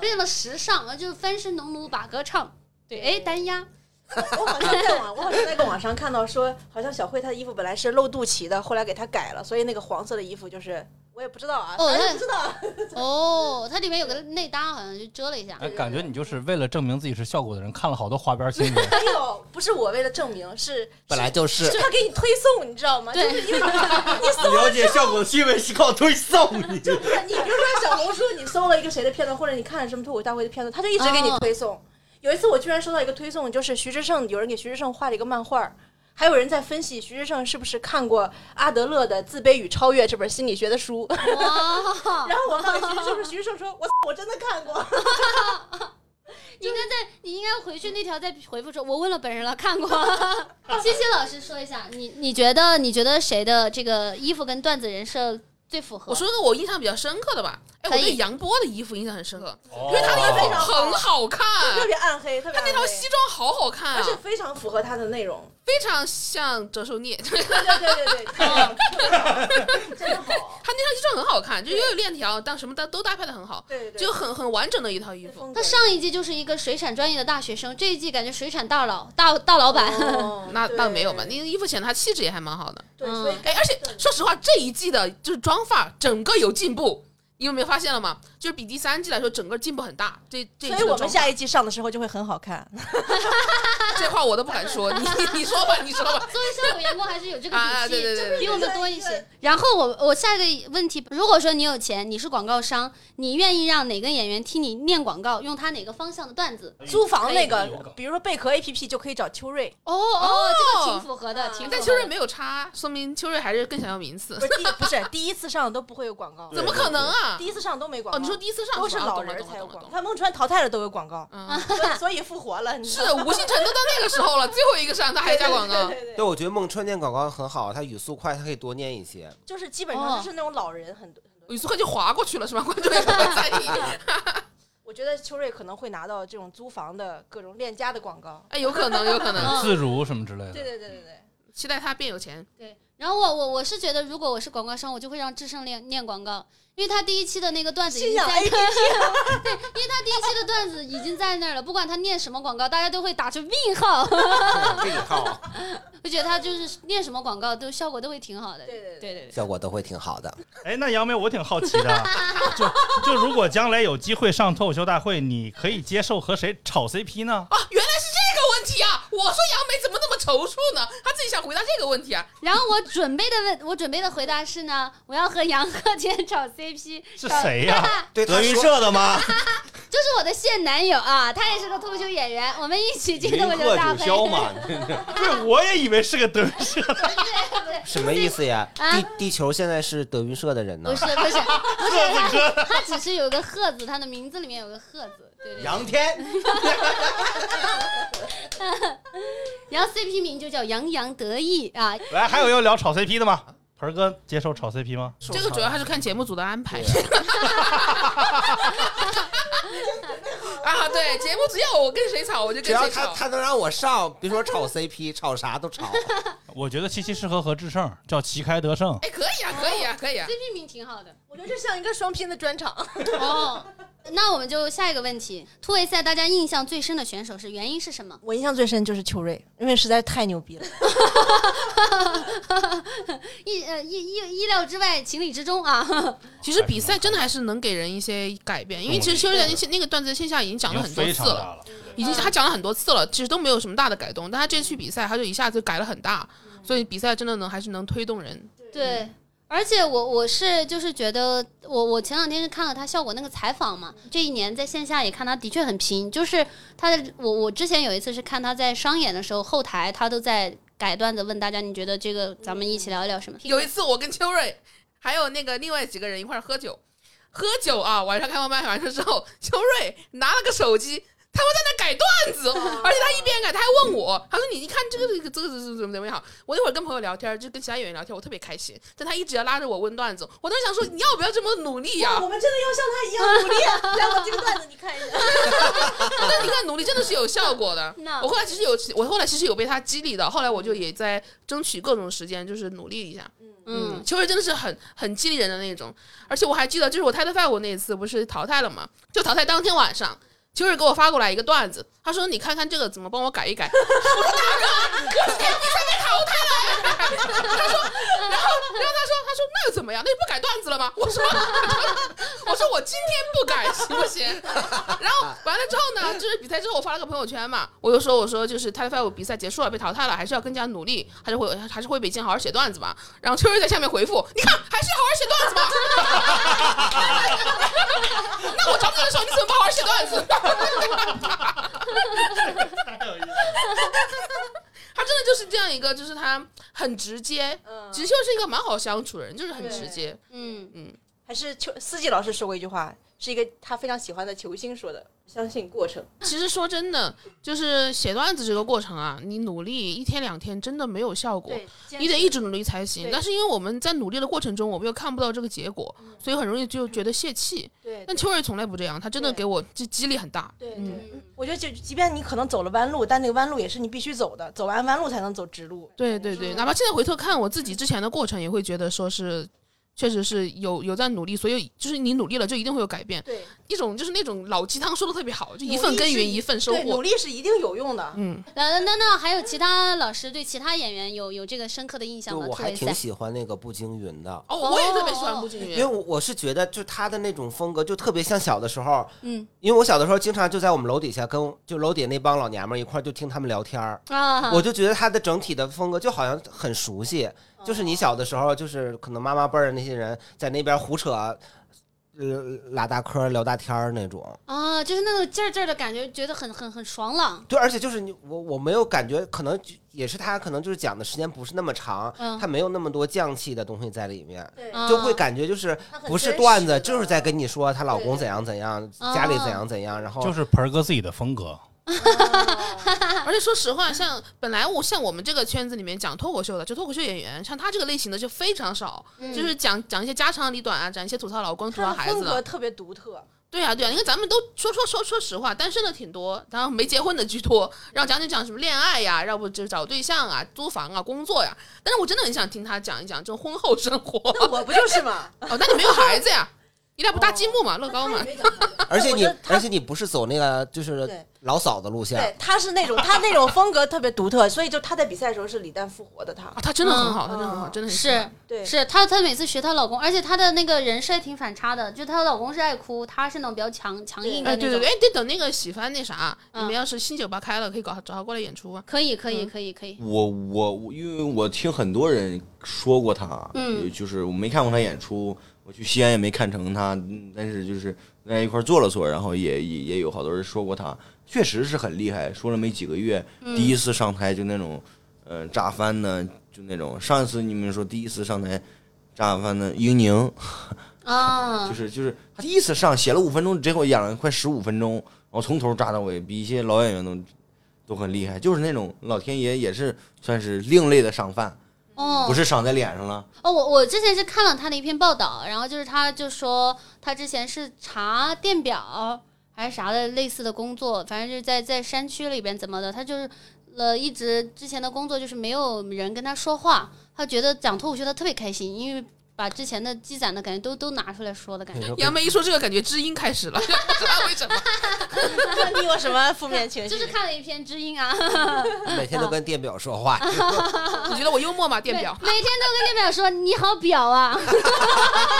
[SPEAKER 2] 非常的时尚，啊，就是翻身农奴把歌唱，对，哎，单压，
[SPEAKER 5] 我好像在网，我好像在网上看到说，好像小慧她的衣服本来是露肚脐的，后来给她改了，所以那个黄色的衣服就是我也不知道啊，
[SPEAKER 2] 哦
[SPEAKER 5] 反正
[SPEAKER 2] 那
[SPEAKER 5] 不知道。
[SPEAKER 2] 哦，它里面有个内搭，好像就遮了一下，
[SPEAKER 3] 哎，感觉你就是为了证明自己是效果的人，看了好多花边新闻。
[SPEAKER 5] 没有，不是我为了证明，是
[SPEAKER 6] 本来就是
[SPEAKER 5] 是。他给你推送，你知道吗？
[SPEAKER 2] 对
[SPEAKER 5] 就是 因为你搜
[SPEAKER 7] 了解效果的新闻是靠推送， 你知道吗
[SPEAKER 5] 你比如说小红书，你搜了一个谁的片段，或者你看了什么脱口大会的片段，他就一直给你
[SPEAKER 2] 哦
[SPEAKER 5] 推送。有一次我居然收到一个推送，就是徐志胜，有人给徐志胜画了一个漫画儿，还有人在分析徐志胜是不是看过阿德勒的《自卑与超越》这本心理学的书。
[SPEAKER 2] 哇，
[SPEAKER 5] 然后我看到徐志胜，徐志胜说：“我操我真的看过。
[SPEAKER 2] 你应该在，你应该回去那条再回复说，我问了本人了，看过。 谢谢老师说一下，你你觉得你觉得谁的这个衣服跟段子人设最符合？
[SPEAKER 4] 我说个我印象比较深刻的吧，哎，我
[SPEAKER 2] 嗯可以
[SPEAKER 4] 对杨波的衣服印象很深刻，
[SPEAKER 5] 哦
[SPEAKER 3] 因
[SPEAKER 4] 因为他的衣服
[SPEAKER 5] 非常
[SPEAKER 4] 很好
[SPEAKER 5] 特
[SPEAKER 4] 看，
[SPEAKER 5] 别暗黑，特别
[SPEAKER 4] 他
[SPEAKER 5] 暗黑
[SPEAKER 4] 那条西装好好看
[SPEAKER 5] 而且
[SPEAKER 4] 啊，
[SPEAKER 5] 非常符合他的内容。
[SPEAKER 4] 非常像折寿孽，他
[SPEAKER 5] 对对对对，真的好，真的好。
[SPEAKER 4] 那条西装很好看，就又有链条，但什么都都搭配的很好，
[SPEAKER 5] 对对，
[SPEAKER 4] 就很很完整的一套衣服。
[SPEAKER 2] 他上一季就是一个水产专业的大学生，这一季感觉水产大佬大大老板，
[SPEAKER 5] 哦
[SPEAKER 4] 那那没有吧？
[SPEAKER 5] 对
[SPEAKER 4] 那个衣服显得他气质也还蛮好的。
[SPEAKER 5] 对，
[SPEAKER 2] 嗯
[SPEAKER 5] 所以
[SPEAKER 4] 哎，而且说实话，这一季的就是妆发整个有进步，你有没有发现了吗？就是比第三季来说，整个进步很大。这这一季
[SPEAKER 5] 所
[SPEAKER 4] 的
[SPEAKER 5] 以我
[SPEAKER 4] 妆发
[SPEAKER 5] 们下一季上的时候就会很好看。
[SPEAKER 4] 这话我都不敢说，你你说吧，你说吧。
[SPEAKER 2] 作为效果员工还是有这个底气，
[SPEAKER 4] 啊对对对对
[SPEAKER 2] 比我们多一
[SPEAKER 5] 这
[SPEAKER 2] 些。然后我我下一个问题，如果说你有钱，你是广告商，你愿意让哪个演员替你念广告，用他哪个方向的段子？
[SPEAKER 5] 租房那
[SPEAKER 3] 可以有
[SPEAKER 5] 个，比如说贝壳 A P P 就可以找秋瑞，
[SPEAKER 2] 哦哦，这个挺符合的，
[SPEAKER 5] 嗯
[SPEAKER 2] 挺符合的。
[SPEAKER 4] 但秋瑞没有差，说明秋瑞还是更想要名次
[SPEAKER 5] 不。是第不是第一次上都不会有广告，
[SPEAKER 7] 对
[SPEAKER 4] 怎么可能啊
[SPEAKER 5] 第？一次上都没广告。
[SPEAKER 4] 哦，你说第一次上
[SPEAKER 5] 都是
[SPEAKER 4] 啊
[SPEAKER 5] 老
[SPEAKER 4] 懂了
[SPEAKER 5] 人
[SPEAKER 4] 懂了
[SPEAKER 5] 才有
[SPEAKER 4] 懂了
[SPEAKER 5] 广告，
[SPEAKER 4] 懂了
[SPEAKER 5] 看孟川淘汰了都有广告，
[SPEAKER 4] 嗯，
[SPEAKER 5] 所以所以复活了。你知
[SPEAKER 4] 是
[SPEAKER 5] 道吗
[SPEAKER 4] 吴星辰都到那个时候了，最后一个上他还加广告
[SPEAKER 5] 对，对对
[SPEAKER 6] 对，
[SPEAKER 5] 对，
[SPEAKER 6] 我觉得孟川念广告很好，他语速快，他可以多念一些。
[SPEAKER 5] 就是基本上就是那种老人很多。很多
[SPEAKER 4] 语速快就划过去了是吧？观众也不会在意。
[SPEAKER 5] 我觉得秋瑞可能会拿到这种租房的各种链家的广告。
[SPEAKER 4] 哎，有可能，有可
[SPEAKER 8] 嗯
[SPEAKER 4] 能，
[SPEAKER 3] 自如什么之类的。
[SPEAKER 5] 对对对对对，
[SPEAKER 4] 期待他变有钱。
[SPEAKER 2] 对，然后我我我是觉得，如果我是广告商，我就会让智胜念念广告，因为他第一期的那个段子已
[SPEAKER 5] 信
[SPEAKER 2] 经
[SPEAKER 5] 仰
[SPEAKER 2] 在
[SPEAKER 5] A
[SPEAKER 2] 那
[SPEAKER 5] P
[SPEAKER 2] 儿，
[SPEAKER 5] P
[SPEAKER 2] 因为他第一期的段子已经在那儿了，不管他念什么广告，大家都会打出问号，
[SPEAKER 6] 这一套
[SPEAKER 2] 我觉得他就是念什么广告都效果都会挺好的。
[SPEAKER 5] 对对对
[SPEAKER 2] 对对
[SPEAKER 6] 效果都会挺好的。
[SPEAKER 8] 哎，那杨梅，我挺好奇 的，啊就就如果将来有机会上脱口秀大会，你可以接受和谁炒 CP 呢？
[SPEAKER 4] 啊，原来是这个问题啊！我说杨梅怎么那么踌躇呢？她自己想回答这个问题啊。
[SPEAKER 2] 然后我准备的问，我准备的回答是呢，我要和杨鹤天炒 CP，
[SPEAKER 8] 是谁呀、
[SPEAKER 6] 对，
[SPEAKER 7] 德
[SPEAKER 6] 他
[SPEAKER 7] 云
[SPEAKER 6] 说
[SPEAKER 7] 社的吗？
[SPEAKER 2] 就是我的现男友啊，他也是个脱口秀演员，我们一起进
[SPEAKER 7] 云
[SPEAKER 2] 脱口秀
[SPEAKER 7] 鹤
[SPEAKER 2] 大
[SPEAKER 7] 九
[SPEAKER 2] 会。
[SPEAKER 7] 霄 嘛，
[SPEAKER 8] 对，我也以为是个德云社。
[SPEAKER 6] 什么意思呀？
[SPEAKER 2] 啊
[SPEAKER 6] 地地球现在是德云社的人呢
[SPEAKER 2] 不？是不是不是，他他只是有个鹤字，他的名字里面有个鹤字，对对对。
[SPEAKER 7] 杨天，
[SPEAKER 2] 然后 CP 名就叫洋洋得意 啊，
[SPEAKER 8] 来，哎还有要聊炒 CP 的吗？盆儿哥接受炒 CP 吗？
[SPEAKER 4] 这个主要还是看节目组的安排。 啊，对，节目只要我跟谁吵，我就
[SPEAKER 6] 只
[SPEAKER 4] 跟
[SPEAKER 6] 要
[SPEAKER 4] 谁
[SPEAKER 6] 他
[SPEAKER 4] 吵。
[SPEAKER 6] 他能让我上，别说炒 CP，炒啥都炒。
[SPEAKER 3] 我觉得七七适合和智胜，叫旗开得胜。
[SPEAKER 4] 哎，可以啊，可以啊，可以啊。
[SPEAKER 2] ，CP 名 挺好的。
[SPEAKER 5] 我觉得这像一个双拼的专场。
[SPEAKER 2] 哦，那我们就下一个问题，突围赛大家印象最深的选手是原因是什么？
[SPEAKER 5] 我印象最深就是秋瑞，因为实在是太牛逼了。
[SPEAKER 2] 意呃意意意料之外，情理之中 啊。
[SPEAKER 4] 其实比赛真的还是能给人一些改变，因为其实修炼那那个段子线下已经讲了很多
[SPEAKER 3] 已经非
[SPEAKER 4] 次
[SPEAKER 3] 常
[SPEAKER 4] 了。
[SPEAKER 3] 大了，
[SPEAKER 4] 已经他讲了很多次了，其实都没有什么大的改动，但他这次去比赛，他就一下子改了很大，所以比赛真的能还是能推动人。
[SPEAKER 2] 对。而且我我是就是觉得我我前两天是看了他效果那个采访嘛，这一年在线下也看他的确很拼，就是他的我我之前有一次是看他在商演的时候后台他都在改段子问大家你觉得这个咱们一起聊一聊什么？
[SPEAKER 4] 有一次我跟秋瑞还有那个另外几个人一块儿喝酒，喝酒啊，晚上开完麦完事之后，秋瑞拿了个手机。他们在那改段子，而且他一边改，他还问我，他说：“你一看这个这个这个怎么怎么样好？”我那会儿跟朋友聊天，就跟其他演员聊天，我特别开心，但他一直要拉着我问段子，我当时想说：“你要不要这么努力呀、
[SPEAKER 5] 我们真的要像他一样努力。来，我这个段子你看一下。
[SPEAKER 4] 但你看努力真的是有效果的。
[SPEAKER 2] 那
[SPEAKER 4] 我后来其实有，我后来其实有被他激励的，后来我就也在争取各种时间，就是努力一下。
[SPEAKER 2] 嗯，
[SPEAKER 4] 秋瑞真的是很很激励人的那种，而且我还记得，就是我 Title Five 我那一次不是淘汰了嘛，就淘汰当天晚上，秋瑞给我发过来一个段子，他说你看看这个怎么帮我改一改，我说大哥，我今天比赛被淘汰了，他说，然后然后他说他说那又怎么样？那就不改段子了吗？我说我说我今天不改行不行？然后完了之后呢，就是比赛之后我发了个朋友圈嘛，我就说我说就是 Title Five 比赛结束了被淘汰了，还是要更加努力，还是会还是会北京好好写段子吧。然后秋瑞在下面回复：“你看，还是好好写段子吧。” 那我找你的时候，你怎么不好好写段子？ 他真的就是这样一个，就是他很直接，
[SPEAKER 5] 嗯
[SPEAKER 4] 其实就是一个蛮好相处的人，就是很
[SPEAKER 5] 对
[SPEAKER 4] 直接。
[SPEAKER 2] 嗯，
[SPEAKER 5] 还是秋四季老师说过一句话，是一个他非常喜欢的球星说的：“相信过程。
[SPEAKER 4] 其实说真的，就是写段子这个过程啊，你努力一天两天真的没有效”果，你得一直努力才行。
[SPEAKER 5] 对
[SPEAKER 4] 但是因为我们在努力的过程中，我们又看不到这个结果，所以很容易就觉得泄气。
[SPEAKER 5] 嗯对
[SPEAKER 4] 但秋瑞从来不这样，他真的
[SPEAKER 5] 对
[SPEAKER 4] 给我这激励很大。
[SPEAKER 5] 对
[SPEAKER 4] 嗯
[SPEAKER 5] 对，我觉得就即便你可能走了弯路，但那个弯路也是你必须走的，走完弯路才能走直路。
[SPEAKER 4] 对对对，哪怕现在回头看我自己之前的过程，也会觉得说是确实是有有在努力，所以就是你努力了，就一定会有改变。
[SPEAKER 5] 对，
[SPEAKER 4] 一种就是那种老鸡汤说的特别好，就一
[SPEAKER 5] 努
[SPEAKER 4] 份
[SPEAKER 5] 力
[SPEAKER 4] 耕
[SPEAKER 5] 是
[SPEAKER 4] 耘一份收
[SPEAKER 5] 对，努
[SPEAKER 4] 获。
[SPEAKER 5] 力是一定有用的。
[SPEAKER 4] 嗯，
[SPEAKER 2] 那那那还有其他老师对其他演员有有这个深刻的印
[SPEAKER 6] 就
[SPEAKER 2] 象吗？
[SPEAKER 6] 我
[SPEAKER 2] 特
[SPEAKER 6] 还
[SPEAKER 2] 别
[SPEAKER 6] 挺
[SPEAKER 2] 赛
[SPEAKER 6] 喜欢那个步惊云的，
[SPEAKER 4] 哦，我也特别喜欢步惊
[SPEAKER 6] 因为
[SPEAKER 5] 哦
[SPEAKER 4] 云。
[SPEAKER 6] 我我是觉得，就他的那种风格，就特别像小的时候，
[SPEAKER 2] 嗯
[SPEAKER 6] 因为我小的时候经常就在我们楼底下跟就楼底那帮老娘们儿一块儿就听他们聊天儿，
[SPEAKER 2] 啊，
[SPEAKER 6] 我就觉得他的整体的风格就好像很熟悉，就是你小的时候，就是可能妈妈辈儿的那些人在那边胡扯，呃，拉大嗑儿聊大天儿那种。
[SPEAKER 2] 啊，就是那种劲儿劲儿的感觉，觉得很很很爽朗。
[SPEAKER 6] 对，而且就是你我我没有感觉，可能就也是他可能就是讲的时间不是那么长，
[SPEAKER 2] 嗯
[SPEAKER 6] 他没有那么多匠气的东西在里面，
[SPEAKER 5] 对
[SPEAKER 2] 啊
[SPEAKER 6] 就会感觉就是
[SPEAKER 5] 他嗯很
[SPEAKER 6] 不是
[SPEAKER 5] 真实
[SPEAKER 6] 段子，
[SPEAKER 5] 的
[SPEAKER 6] 就是在跟你说她老公
[SPEAKER 5] 对
[SPEAKER 6] 怎样怎样，家里怎
[SPEAKER 2] 哦
[SPEAKER 6] 样怎样，然后
[SPEAKER 3] 就是盆儿哥自己的风格。
[SPEAKER 5] 哦
[SPEAKER 4] 而且说实话，像本来我像我们这个圈子里面讲脱口秀的，就脱口秀演员，像他这个类型的就非常少，就是讲讲一些家长里短啊，讲一些吐槽老公、吐槽
[SPEAKER 5] 嗯他的
[SPEAKER 4] 孩子啊
[SPEAKER 5] 风
[SPEAKER 4] 的
[SPEAKER 5] 格。特别独特，
[SPEAKER 4] 对啊，对啊，因为咱们都说说说说实话，单身的挺多，然后没结婚的居多，然后讲讲讲什么恋爱呀，要不就找对象啊、租房啊、工作呀。但是我真的很想听他讲一讲这种婚后生活。
[SPEAKER 5] 那我不就是 嘛？
[SPEAKER 4] 哦，那你没有孩子呀？你俩不
[SPEAKER 2] 哦
[SPEAKER 4] 搭积木嘛，乐 高嘛？
[SPEAKER 6] 而且
[SPEAKER 5] 我
[SPEAKER 6] 你
[SPEAKER 5] 觉得他
[SPEAKER 6] 而且你不是走那个就是
[SPEAKER 5] 对
[SPEAKER 6] 老嫂子路线
[SPEAKER 5] 对，，他是那种他那种风格特别独特，所以就他在比赛的时候是李诞复活的他
[SPEAKER 4] 啊，。他真的很好，他真的很好，
[SPEAKER 5] 嗯
[SPEAKER 4] 真的很喜欢
[SPEAKER 2] 哦是
[SPEAKER 5] 对，
[SPEAKER 2] 是，她她每次学她老公，而且她的那个人设也挺反差的，就她老公是爱哭，她是那种比较强强硬的
[SPEAKER 4] 哎，
[SPEAKER 2] 那种。
[SPEAKER 4] 对对对，哎，得等那个喜欢那啥，
[SPEAKER 2] 嗯
[SPEAKER 4] 你们要是新酒吧开了，可以搞找他过来演出啊。
[SPEAKER 2] 可以可以可以可以。
[SPEAKER 7] 我我我因为我听很多人说过他，啊
[SPEAKER 2] 嗯
[SPEAKER 7] 就是我没看过他演出，我去西安也没看成他，嗯但是就是大家一块儿坐了坐，然后也也也有好多人说过他，确实是很厉害，说了没几个月，第一次上台就那种，嗯、炸翻呢，就那种，上一次你们说第一次上台炸翻呢，英宁，
[SPEAKER 2] 啊
[SPEAKER 7] 就，是就是他第一次上写了五分钟，结果演了快十五分钟，然后从头扎到尾，比一些老演员都都很厉害。就是那种老天爷也是算是另类的赏饭，
[SPEAKER 2] 哦，
[SPEAKER 7] 不是赏在脸上了。
[SPEAKER 2] 哦，我我之前是看了他的一篇报道，然后就是他就说他之前是查电表还是啥的类似的工作，反正就是在在山区里边怎么的，他就是呃一直之前的工作就是没有人跟他说话，他觉得讲脱口秀他特别开心，因为把之前的积攒的感觉都都拿出来说的
[SPEAKER 6] 嗯
[SPEAKER 2] 感觉。
[SPEAKER 4] 杨梅一说这个，感觉知音开始了， 不知道为什么。
[SPEAKER 5] 你有什么负面情
[SPEAKER 2] 就是看了一篇知音啊，
[SPEAKER 6] 每天都跟电表说 话，
[SPEAKER 4] 你觉得我幽默吗？
[SPEAKER 2] 每
[SPEAKER 4] 电表
[SPEAKER 2] 每天都跟电表说你好表啊，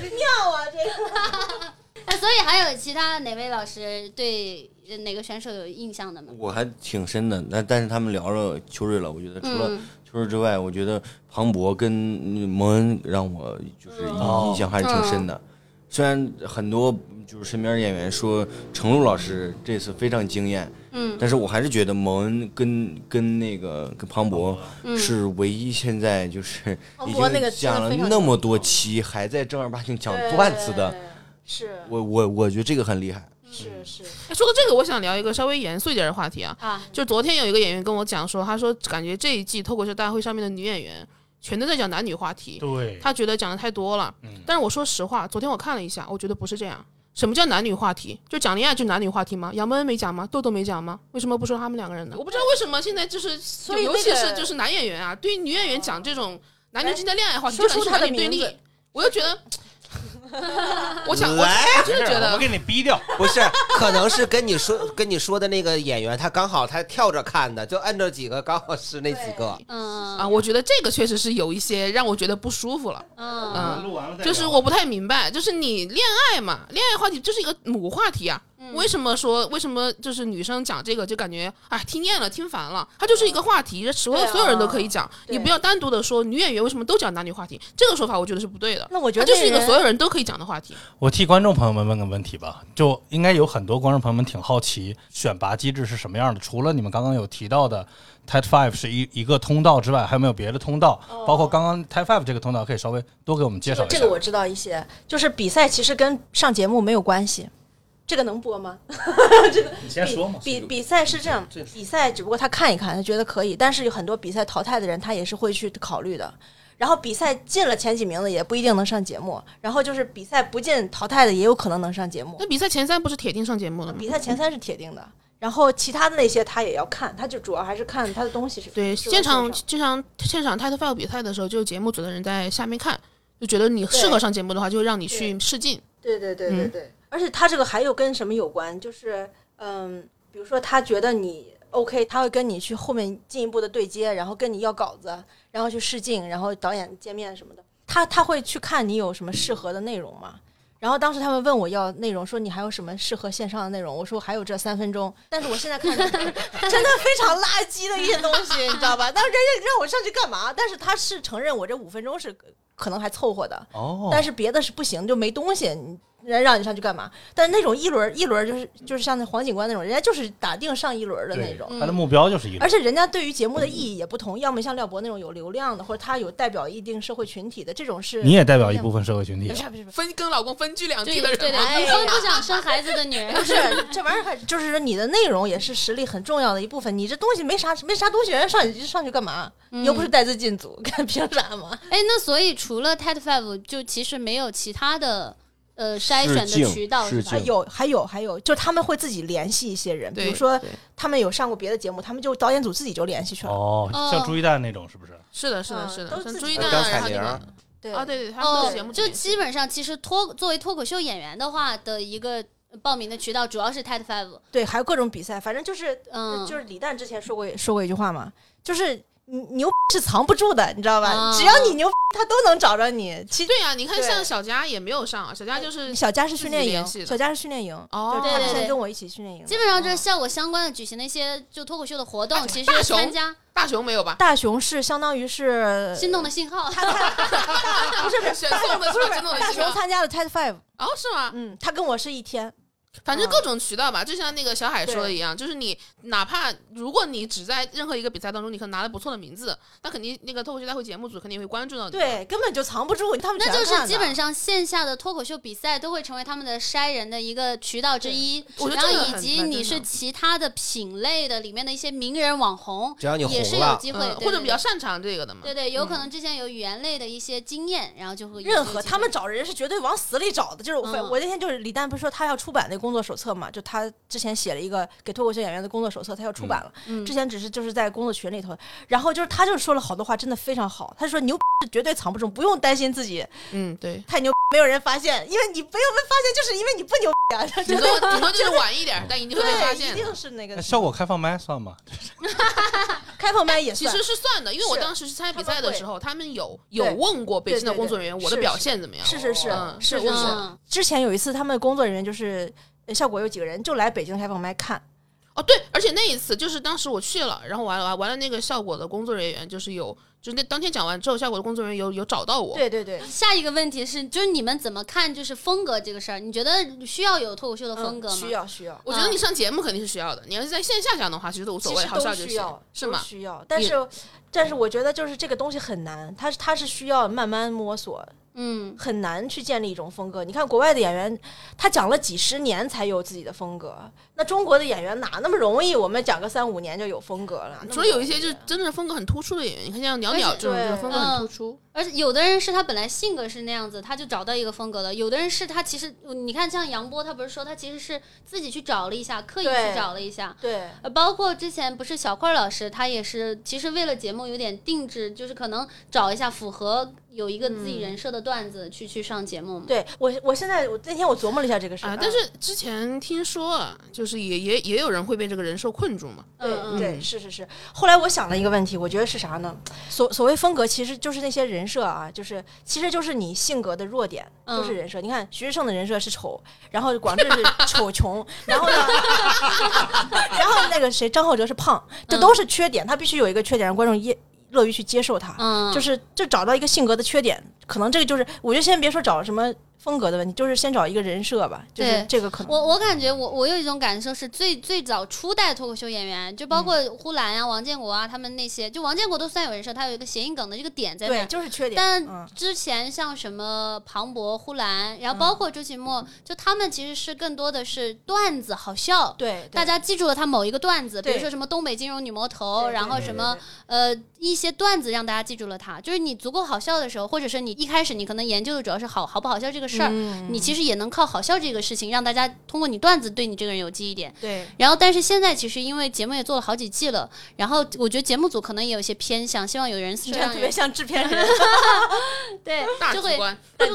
[SPEAKER 5] 妙啊，这个
[SPEAKER 2] 哎所以还有其他哪位老师对呃哪个选手有印象的吗？
[SPEAKER 7] 我还挺深的，但但是他们聊了秋瑞了，我觉得除了
[SPEAKER 2] 嗯
[SPEAKER 7] 秋瑞之外，我觉得庞博跟蒙恩让我就是
[SPEAKER 2] 嗯
[SPEAKER 7] 印印象还是挺深
[SPEAKER 2] 哦
[SPEAKER 7] 的。虽然很多就是身边演员说程璐老师这次非常惊艳，
[SPEAKER 2] 嗯，
[SPEAKER 7] 但是我还是觉得蒙恩跟跟那个跟庞博
[SPEAKER 2] 嗯
[SPEAKER 7] 是唯一现在就是
[SPEAKER 5] 庞
[SPEAKER 7] 已
[SPEAKER 5] 博那个真的
[SPEAKER 7] 经讲了
[SPEAKER 5] 非常
[SPEAKER 7] 那么多期，还在正儿八经讲
[SPEAKER 5] 对
[SPEAKER 7] 段子的，
[SPEAKER 5] 是
[SPEAKER 7] 我我我觉得这个很厉害。
[SPEAKER 5] 是是，
[SPEAKER 4] 哎说到这个，我想聊一个稍微严肃一点的话题啊。
[SPEAKER 2] 啊，
[SPEAKER 4] 就昨天有一个演员跟我讲说，他说感觉这一季脱口秀大会上面的女演员全都在讲男女话题，
[SPEAKER 8] 对，嗯
[SPEAKER 4] 他觉得讲的太多了。但是我说实话，昨天我看了一下，我觉得不是这样。什么叫男女话题？就讲恋爱就男女话题吗？杨蒙恩没讲吗？豆豆没讲吗？为什么不说他们两个人呢？我不知道为什么现在就是，就
[SPEAKER 5] 以
[SPEAKER 4] 尤
[SPEAKER 5] 那
[SPEAKER 4] 其
[SPEAKER 5] 个
[SPEAKER 4] 是就是男演员啊，对于女演员讲这种男女之间的恋爱话题，
[SPEAKER 5] 说
[SPEAKER 4] 就感觉
[SPEAKER 5] 出
[SPEAKER 4] 是
[SPEAKER 5] 他的
[SPEAKER 4] 男女对
[SPEAKER 5] 名
[SPEAKER 4] 立
[SPEAKER 5] 字。
[SPEAKER 4] 我就觉 得，我想我
[SPEAKER 6] 来
[SPEAKER 4] 我真的
[SPEAKER 8] 没事
[SPEAKER 4] 觉
[SPEAKER 8] 儿我
[SPEAKER 4] 得
[SPEAKER 8] 给你逼掉。
[SPEAKER 6] 不是，可能是跟你说跟你说的那个演员，他刚好他跳着看的，就摁着几个，刚好是那几个。
[SPEAKER 2] 嗯
[SPEAKER 4] 啊，我觉得这个确实是有一些让我觉得不舒服了。
[SPEAKER 2] 嗯
[SPEAKER 4] 嗯
[SPEAKER 8] 录完了再
[SPEAKER 4] 就是
[SPEAKER 8] 聊
[SPEAKER 4] 我不太明白，就是你恋爱嘛，恋爱话题就是一个母话题啊。
[SPEAKER 5] 嗯
[SPEAKER 4] 为什么说为什么就是女生讲这个就感觉哎听厌了听烦了？它就是一个话题，所有、
[SPEAKER 5] 对啊
[SPEAKER 4] 所有人都可以讲，
[SPEAKER 5] 对
[SPEAKER 4] 你不要单独的说女演员为什么都讲男女话题，这个说法我觉得是不对的。
[SPEAKER 5] 那我觉
[SPEAKER 4] 它
[SPEAKER 5] 得
[SPEAKER 4] 就是一个
[SPEAKER 5] 人
[SPEAKER 4] 所有人都可以讲的话题。
[SPEAKER 8] 我替观众朋友们问个问题吧，就应该有很多观众朋友们挺好奇选拔机制是什么样的。除了你们刚刚有提到的 Tet Five 是一一个通道之外，还有没有别的通道？包括刚刚 Tet Five 这个通道，可以稍微多给我们介绍一下。
[SPEAKER 5] 哦这个我知道一些，就是比赛其实跟上节目没有关系，这个能播吗？
[SPEAKER 8] 你先说嘛。
[SPEAKER 5] 比比赛是这样，比赛只不过他看一看，他觉得可以，但是有很多比赛淘汰的人，他也是会去考虑的。然后比赛进了前几名的也不一定能上节目，然后就是比赛不进淘汰的也有可能能上节目
[SPEAKER 4] 那。比赛前三不是铁定上节目了吗
[SPEAKER 5] 哦比？赛前三是铁定的，然后其他的那些他也要看，他就主要还是看他的东西是。
[SPEAKER 4] 对，
[SPEAKER 5] 是不是
[SPEAKER 4] 现场
[SPEAKER 5] 线上
[SPEAKER 4] 现场现场 title fight 比赛的时候，就是节目组的人在下面看，就觉得你适合
[SPEAKER 5] 对
[SPEAKER 4] 上节目的话，就会让你去
[SPEAKER 5] 对
[SPEAKER 4] 试镜。
[SPEAKER 5] 对对对对
[SPEAKER 4] 嗯
[SPEAKER 5] 对，而且他这个还有跟什么有关？就是嗯，比如说他觉得你 OK，他会跟你去后面进一步的对接，然后跟你要稿子，然后去试镜，然后导演见面什么的。他他会去看你有什么适合的内容吗？然后当时他们问我要内容，说你还有什么适合线上的内容？我说我还有这三分钟，但是我现在看着真的非常垃圾的一些东西，你知道吧？但 是人家让我上去干嘛？但是他是承认我这五分钟是可能还凑合的，
[SPEAKER 3] 哦，
[SPEAKER 5] 但是别的是不行，就没东西，你人家让你上去干嘛？但是那种一轮儿一轮儿就是就是像那黄警官那种，人家就是打定上一轮儿的那种。
[SPEAKER 2] 嗯
[SPEAKER 3] 他的目标就是一个
[SPEAKER 5] 而且人家对于节目的意义也不同，要么像廖博那种有流量的，或者他有代表一定社会群体的，这种是
[SPEAKER 3] 你也代表一部分社会群体
[SPEAKER 8] 啊
[SPEAKER 5] 不，是不是不是
[SPEAKER 4] 分跟老公分居两
[SPEAKER 2] 就
[SPEAKER 4] 地
[SPEAKER 2] 对
[SPEAKER 4] 的人啊
[SPEAKER 2] 对，
[SPEAKER 4] 嘛，
[SPEAKER 5] 哎
[SPEAKER 2] 对
[SPEAKER 5] 呀
[SPEAKER 2] 一分不想生孩子的女人，
[SPEAKER 5] 不是这玩意儿还就是说你的内容也是实力很重要的一部分，你这东西没啥没啥东西，人家上去上去干嘛？你又
[SPEAKER 4] 嗯
[SPEAKER 5] 不是带资进组， 看凭啥嘛？
[SPEAKER 2] 哎，那所以除了 TED Five，就其实没有其他的呃筛选
[SPEAKER 7] 试镜
[SPEAKER 2] 的渠道是
[SPEAKER 7] 试
[SPEAKER 2] 吧？
[SPEAKER 7] 镜
[SPEAKER 5] 啊有还有还有，就是他们会自己联系一些人，比
[SPEAKER 4] 对
[SPEAKER 5] 如说
[SPEAKER 4] 对
[SPEAKER 5] 他们有上过别的节目，他们就导演组自己就联系去了。
[SPEAKER 3] 哦，
[SPEAKER 2] 哦
[SPEAKER 3] 像朱一蛋那种是不是？
[SPEAKER 4] 是的，是的，
[SPEAKER 5] 嗯
[SPEAKER 4] 是的，
[SPEAKER 5] 都是
[SPEAKER 4] 像
[SPEAKER 5] 自
[SPEAKER 4] 朱
[SPEAKER 5] 己
[SPEAKER 4] 一
[SPEAKER 5] 的
[SPEAKER 4] 蛋
[SPEAKER 7] 刚
[SPEAKER 4] 啊，
[SPEAKER 7] 彩
[SPEAKER 4] 然后
[SPEAKER 7] 铃
[SPEAKER 4] 那
[SPEAKER 7] 儿
[SPEAKER 4] 个
[SPEAKER 5] 对
[SPEAKER 4] 啊，对对，他们
[SPEAKER 2] 哦
[SPEAKER 4] 的节目，
[SPEAKER 2] 就
[SPEAKER 4] 里面
[SPEAKER 2] 基本上其实脱作为脱口秀演员的话的一个报名的渠道主要是 TED Five，
[SPEAKER 5] 对，还有各种比赛，反正就是
[SPEAKER 2] 嗯，
[SPEAKER 5] 就是李诞之前说过说过一句话嘛，就是你牛是藏不住的，你知道吧？
[SPEAKER 2] 啊
[SPEAKER 5] 只要你牛，他都能找着你。其实
[SPEAKER 4] 对呀，你看
[SPEAKER 5] 对
[SPEAKER 4] 像小佳也没有上啊，小佳就是
[SPEAKER 5] 小佳是训练营
[SPEAKER 4] 自己联系，的
[SPEAKER 5] 小佳是训练营，
[SPEAKER 4] 哦
[SPEAKER 5] 就是
[SPEAKER 2] 对
[SPEAKER 5] 他
[SPEAKER 2] 对
[SPEAKER 5] 之
[SPEAKER 2] 对
[SPEAKER 5] 前跟我一起训练营的。嗯
[SPEAKER 2] 基本上就是效果相关的举行的一些就脱口秀的活动，其实
[SPEAKER 4] 哎大熊
[SPEAKER 2] 参加
[SPEAKER 4] 大熊没有吧？
[SPEAKER 5] 大熊是相当于是
[SPEAKER 4] 呃
[SPEAKER 2] 心动的信号，
[SPEAKER 5] 他他不是不是
[SPEAKER 4] 选送的
[SPEAKER 5] 不是
[SPEAKER 4] 选
[SPEAKER 5] 不
[SPEAKER 4] 送
[SPEAKER 5] 是
[SPEAKER 4] 的
[SPEAKER 5] 大
[SPEAKER 4] 渠道
[SPEAKER 5] 熊参加了 TED Five，
[SPEAKER 4] 哦，是吗？
[SPEAKER 5] 嗯，他跟我是一天，
[SPEAKER 4] 反正
[SPEAKER 5] 嗯
[SPEAKER 4] 各种渠道吧，就像那个小海说的
[SPEAKER 5] 对
[SPEAKER 4] 一样，就是你哪怕如果你只在任何一个比赛当中，你可能拿了不错的名字，那肯定那个脱口秀大会节目组肯定会关注到你。，
[SPEAKER 5] 对，根本就藏不住，他们
[SPEAKER 2] 那
[SPEAKER 5] 全
[SPEAKER 2] 就是
[SPEAKER 5] 看
[SPEAKER 2] 基
[SPEAKER 5] 的
[SPEAKER 2] 本上线下的脱口秀比赛都会成为他们的筛人的一个渠道之一，
[SPEAKER 4] 我觉得
[SPEAKER 2] 然后
[SPEAKER 4] 这个
[SPEAKER 2] 以
[SPEAKER 4] 很
[SPEAKER 2] 及
[SPEAKER 4] 蛮
[SPEAKER 2] 你
[SPEAKER 4] 正
[SPEAKER 2] 是
[SPEAKER 4] 常
[SPEAKER 2] 其他的品类的里面的一些名人网红，
[SPEAKER 6] 只要你
[SPEAKER 2] 也是
[SPEAKER 6] 红
[SPEAKER 2] 有
[SPEAKER 6] 了，
[SPEAKER 2] 机会，
[SPEAKER 4] 嗯，
[SPEAKER 2] 对
[SPEAKER 4] 或者
[SPEAKER 2] 对
[SPEAKER 4] 比较
[SPEAKER 2] 对
[SPEAKER 4] 擅长这个的嘛。嗯
[SPEAKER 2] 对对，有可能之前有语言类的一些经验，然后就会有
[SPEAKER 5] 任
[SPEAKER 2] 这
[SPEAKER 5] 何
[SPEAKER 2] 个机
[SPEAKER 5] 他
[SPEAKER 2] 会
[SPEAKER 5] 们找人是绝对往死里找的，就是我、
[SPEAKER 2] 嗯
[SPEAKER 5] 我那天就是李诞不是说他要出版那工作手册嘛，就他之前写了一个给脱口秀演员的工作手册，他要出版了，
[SPEAKER 2] 嗯
[SPEAKER 5] 之前只是就是在工作群里头，然后就是他就说了好多话，真的非常好，他说牛是绝对藏不住，不用担心自己
[SPEAKER 4] 嗯，对，
[SPEAKER 5] 太牛，没有人发现，因为你没有人发现，就是因为你不牛啊，
[SPEAKER 4] 顶多顶多就是晚一点，但一定会被发
[SPEAKER 5] 对，一
[SPEAKER 4] 现。
[SPEAKER 5] 定是那个
[SPEAKER 8] 哎
[SPEAKER 3] 那效果开放麦算吗？
[SPEAKER 5] 开放麦也
[SPEAKER 4] 哎其
[SPEAKER 5] 算
[SPEAKER 4] 实是算的，因为我
[SPEAKER 5] 是
[SPEAKER 4] 当时去参加比
[SPEAKER 5] 他们
[SPEAKER 4] 赛的
[SPEAKER 5] 会
[SPEAKER 4] 时候，他们有有
[SPEAKER 5] 对
[SPEAKER 4] 问过北
[SPEAKER 5] 对
[SPEAKER 4] 京的
[SPEAKER 5] 对
[SPEAKER 4] 工作人
[SPEAKER 5] 对
[SPEAKER 4] 员我的
[SPEAKER 5] 是
[SPEAKER 4] 表
[SPEAKER 5] 是
[SPEAKER 4] 现怎么样。
[SPEAKER 5] 是是是、
[SPEAKER 4] 嗯
[SPEAKER 5] 是
[SPEAKER 4] 是
[SPEAKER 5] 是
[SPEAKER 4] 问
[SPEAKER 5] 是
[SPEAKER 4] 过，
[SPEAKER 2] 嗯
[SPEAKER 5] 之前有一次他们的工作人员就是呃效果有几个人就来北京开放麦看，
[SPEAKER 4] 哦，对，而且那一次就是当时我去了，然后完了完完了，那个效果的工作人员就是有，就是那当天讲完之后，效果的工作人员有有找到我。
[SPEAKER 5] 对对对。
[SPEAKER 2] 下一个问题是，就是你们怎么看就是风格这个事儿？你觉得需要有脱口秀的风格吗？
[SPEAKER 5] 嗯、需。要需要，
[SPEAKER 4] 我觉得你上节目肯定是需要的，你要是在线下讲的话，其实都无所
[SPEAKER 5] 其
[SPEAKER 4] 谓，
[SPEAKER 5] 实
[SPEAKER 4] 好笑
[SPEAKER 5] 都
[SPEAKER 4] 就
[SPEAKER 5] 需
[SPEAKER 4] 行
[SPEAKER 5] 要，，
[SPEAKER 4] 是
[SPEAKER 5] 都
[SPEAKER 4] 吗？
[SPEAKER 5] 需要，但
[SPEAKER 4] 也
[SPEAKER 5] 是但是我觉得就是这个东西很难，它是它是需要慢慢摸索，
[SPEAKER 2] 嗯，
[SPEAKER 5] 很难去建立一种风格。你看国外的演员，他讲了几十年才有自己的风格，那中国的演员哪那么容易？我们讲个三五年就有风格了。
[SPEAKER 4] 除了有一些就是真的风格很突出的演员，你看像鸟
[SPEAKER 2] 而且
[SPEAKER 4] 鸟这种，就是
[SPEAKER 5] 对
[SPEAKER 4] 风格很
[SPEAKER 2] 嗯
[SPEAKER 4] 突出。
[SPEAKER 2] 而且有的人是他本来性格是那样子，他就找到一个风格了；有的人是他其实，你看像杨波，他不是说他其实是自己去找了一下，刻意去
[SPEAKER 5] 对
[SPEAKER 2] 找了一下。
[SPEAKER 5] 对
[SPEAKER 2] 呃，包括之前不是小块儿老师，他也是其实为了节目有点定制，就是可能找一下符合有一个自己人
[SPEAKER 5] 嗯
[SPEAKER 2] 设的段子去、去上节目嘛。
[SPEAKER 5] 对，我我现在我那天我琢磨了一下这个事儿
[SPEAKER 4] 啊，但是之前听说啊，就是也也也有人会被这个人设困住嘛。
[SPEAKER 2] 嗯
[SPEAKER 5] 对
[SPEAKER 2] 嗯，
[SPEAKER 5] 对，是是是。后来我想了一个问题，我觉得是啥呢？所所谓风格，其实就是那些人设啊，就是其实就是你性格的弱点，
[SPEAKER 2] 嗯
[SPEAKER 5] 都是人设。你看徐志胜的人设是丑，然后广 志是丑穷，然后呢， 然后那个谁张浩哲是胖，这
[SPEAKER 2] 嗯
[SPEAKER 5] 都是缺点，他必须有一个缺点，让观众也乐于去接受他。
[SPEAKER 2] 嗯，
[SPEAKER 5] 就是就找到一个性格的缺点，可能这个就是，我就先别说找什么风格的问题，就是先找一个人设吧，就是
[SPEAKER 2] 对
[SPEAKER 5] 这个可能。
[SPEAKER 2] 我我感觉我我有一种感受是最最早初代脱口秀演员，就包
[SPEAKER 5] 嗯
[SPEAKER 2] 括呼兰啊、王建国啊他们那些，就王建国都算有人设，他有一个谐音梗的这个点在那
[SPEAKER 5] 对，
[SPEAKER 2] 儿。
[SPEAKER 5] 就是缺点。
[SPEAKER 2] 但
[SPEAKER 5] 嗯
[SPEAKER 2] 之前像什么庞博、呼兰，然后
[SPEAKER 5] 嗯
[SPEAKER 2] 包括周奇墨，就他们其实是更多的是段子好笑，
[SPEAKER 5] 对，对
[SPEAKER 2] 大家记住了他某一个段子，比如
[SPEAKER 5] 对
[SPEAKER 2] 说什么东北金融女魔
[SPEAKER 5] 对
[SPEAKER 2] 头，
[SPEAKER 5] 对
[SPEAKER 2] 然后
[SPEAKER 5] 对
[SPEAKER 2] 什
[SPEAKER 5] 对
[SPEAKER 2] 么
[SPEAKER 5] 对
[SPEAKER 2] 呃一些段子让大家记住了他。就是你足够好笑的时候，或者是你一开始你可能研究的主要是好好不好笑这个个事儿，
[SPEAKER 5] 嗯
[SPEAKER 2] 你其实也能靠好笑这个事情让大家通过你段子对你这个人有记忆点。
[SPEAKER 4] 对，
[SPEAKER 2] 然后，但是现在其实因为节目也做了好几季了，然后我觉得节目组可能也有一些偏向，希望有人是
[SPEAKER 5] 这
[SPEAKER 2] 这
[SPEAKER 5] 样
[SPEAKER 2] 样
[SPEAKER 5] 特别像制片 人，
[SPEAKER 2] 对，
[SPEAKER 4] 大
[SPEAKER 2] 就
[SPEAKER 4] 局
[SPEAKER 2] 会
[SPEAKER 4] 观，
[SPEAKER 2] 对，就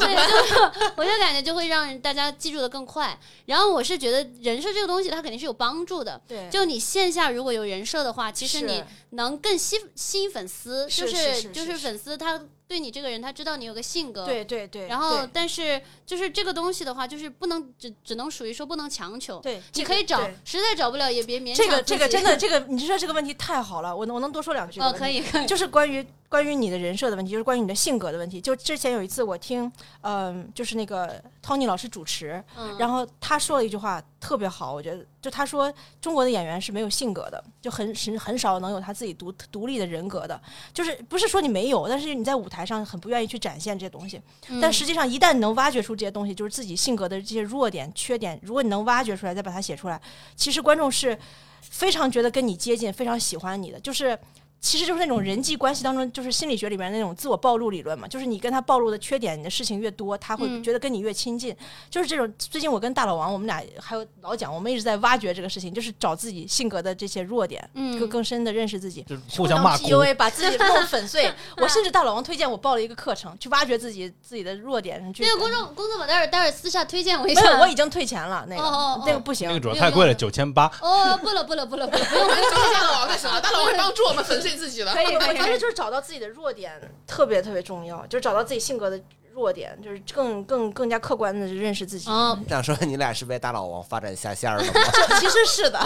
[SPEAKER 2] 我就感觉就会让大家记住的更快。然后我是觉得人设这个东西，它肯定是有帮助的。
[SPEAKER 5] 对
[SPEAKER 2] 就你线下如果有人设的话，其实
[SPEAKER 5] 是
[SPEAKER 2] 你能更吸吸引粉丝，就是
[SPEAKER 5] 是是
[SPEAKER 2] 就是
[SPEAKER 5] 是
[SPEAKER 2] 粉丝他对你这个人，他知道你有个性格。。
[SPEAKER 5] 对对对，
[SPEAKER 2] 呃然后，
[SPEAKER 5] 对
[SPEAKER 2] 但是就是这个东西的话，就是不能只只能属于说不能强求。
[SPEAKER 5] 对
[SPEAKER 2] 你
[SPEAKER 5] 这
[SPEAKER 2] 可
[SPEAKER 5] 个
[SPEAKER 2] 以找
[SPEAKER 5] 对，
[SPEAKER 2] 实在找不了也别勉强
[SPEAKER 5] 这个这个
[SPEAKER 2] 自己
[SPEAKER 5] 真的这个，你说这个问题太好了，我能我能多说两句吗
[SPEAKER 2] 哦，可，以可以。
[SPEAKER 5] 就是关于关于你的人设的问题，就是关于你的性格的问题。就之前有一次我听，嗯、就是那个 Tony 老师主持，
[SPEAKER 2] 嗯，
[SPEAKER 5] 然后他说了一句话特别好，我觉得就他说中国的演员是没有性格的，就很很很少能有他自己独独立的人格的，就是不是说你没有，但是你在舞台上很不愿意去展现这些东西。
[SPEAKER 2] 嗯
[SPEAKER 5] 但实际上，一旦你能挖掘出这些东西，就是自己性格的这些弱点、缺点，如果你能挖掘出来，再把它写出来，其实观众是非常觉得跟你接近，非常喜欢你的，就是。其实就是那种人际关系当中，就是心理学里面那种自我暴露理论嘛，就是你跟他暴露的缺点，你的事情越多，他会
[SPEAKER 2] 嗯
[SPEAKER 5] 觉得跟你越亲近。就是这种，最近我跟大老王，我们俩还有老蒋，我们一直在挖掘这个事情，就是找自己性格的这些弱点，
[SPEAKER 2] 嗯
[SPEAKER 5] 更更深的认识自己。
[SPEAKER 8] 就是互相骂哭。
[SPEAKER 5] PUA 把自己弄粉碎。我甚至大老王推荐我报了一个课程，去挖掘自己自己的弱点。去
[SPEAKER 2] 那个工作工作坊，待会儿待会儿私下推荐我一
[SPEAKER 5] 没有，
[SPEAKER 2] 下。
[SPEAKER 5] 我已经退钱了，那个
[SPEAKER 2] 哦哦哦
[SPEAKER 5] 那个不
[SPEAKER 8] 那个
[SPEAKER 5] 行。
[SPEAKER 8] 主要太贵了，九千八。
[SPEAKER 2] 哦，不了不了不了不了，不 用
[SPEAKER 4] 我们就找大佬干什么？大佬会帮助我们粉碎自己的。
[SPEAKER 5] 以，我觉得就是找到自己的弱点特别特别重要，就是找到自己性格的弱点，就是更更更加客观的认识自己。
[SPEAKER 2] 哦，
[SPEAKER 6] 想说你俩是被大老王发展下线了吗？
[SPEAKER 5] 其实是 的，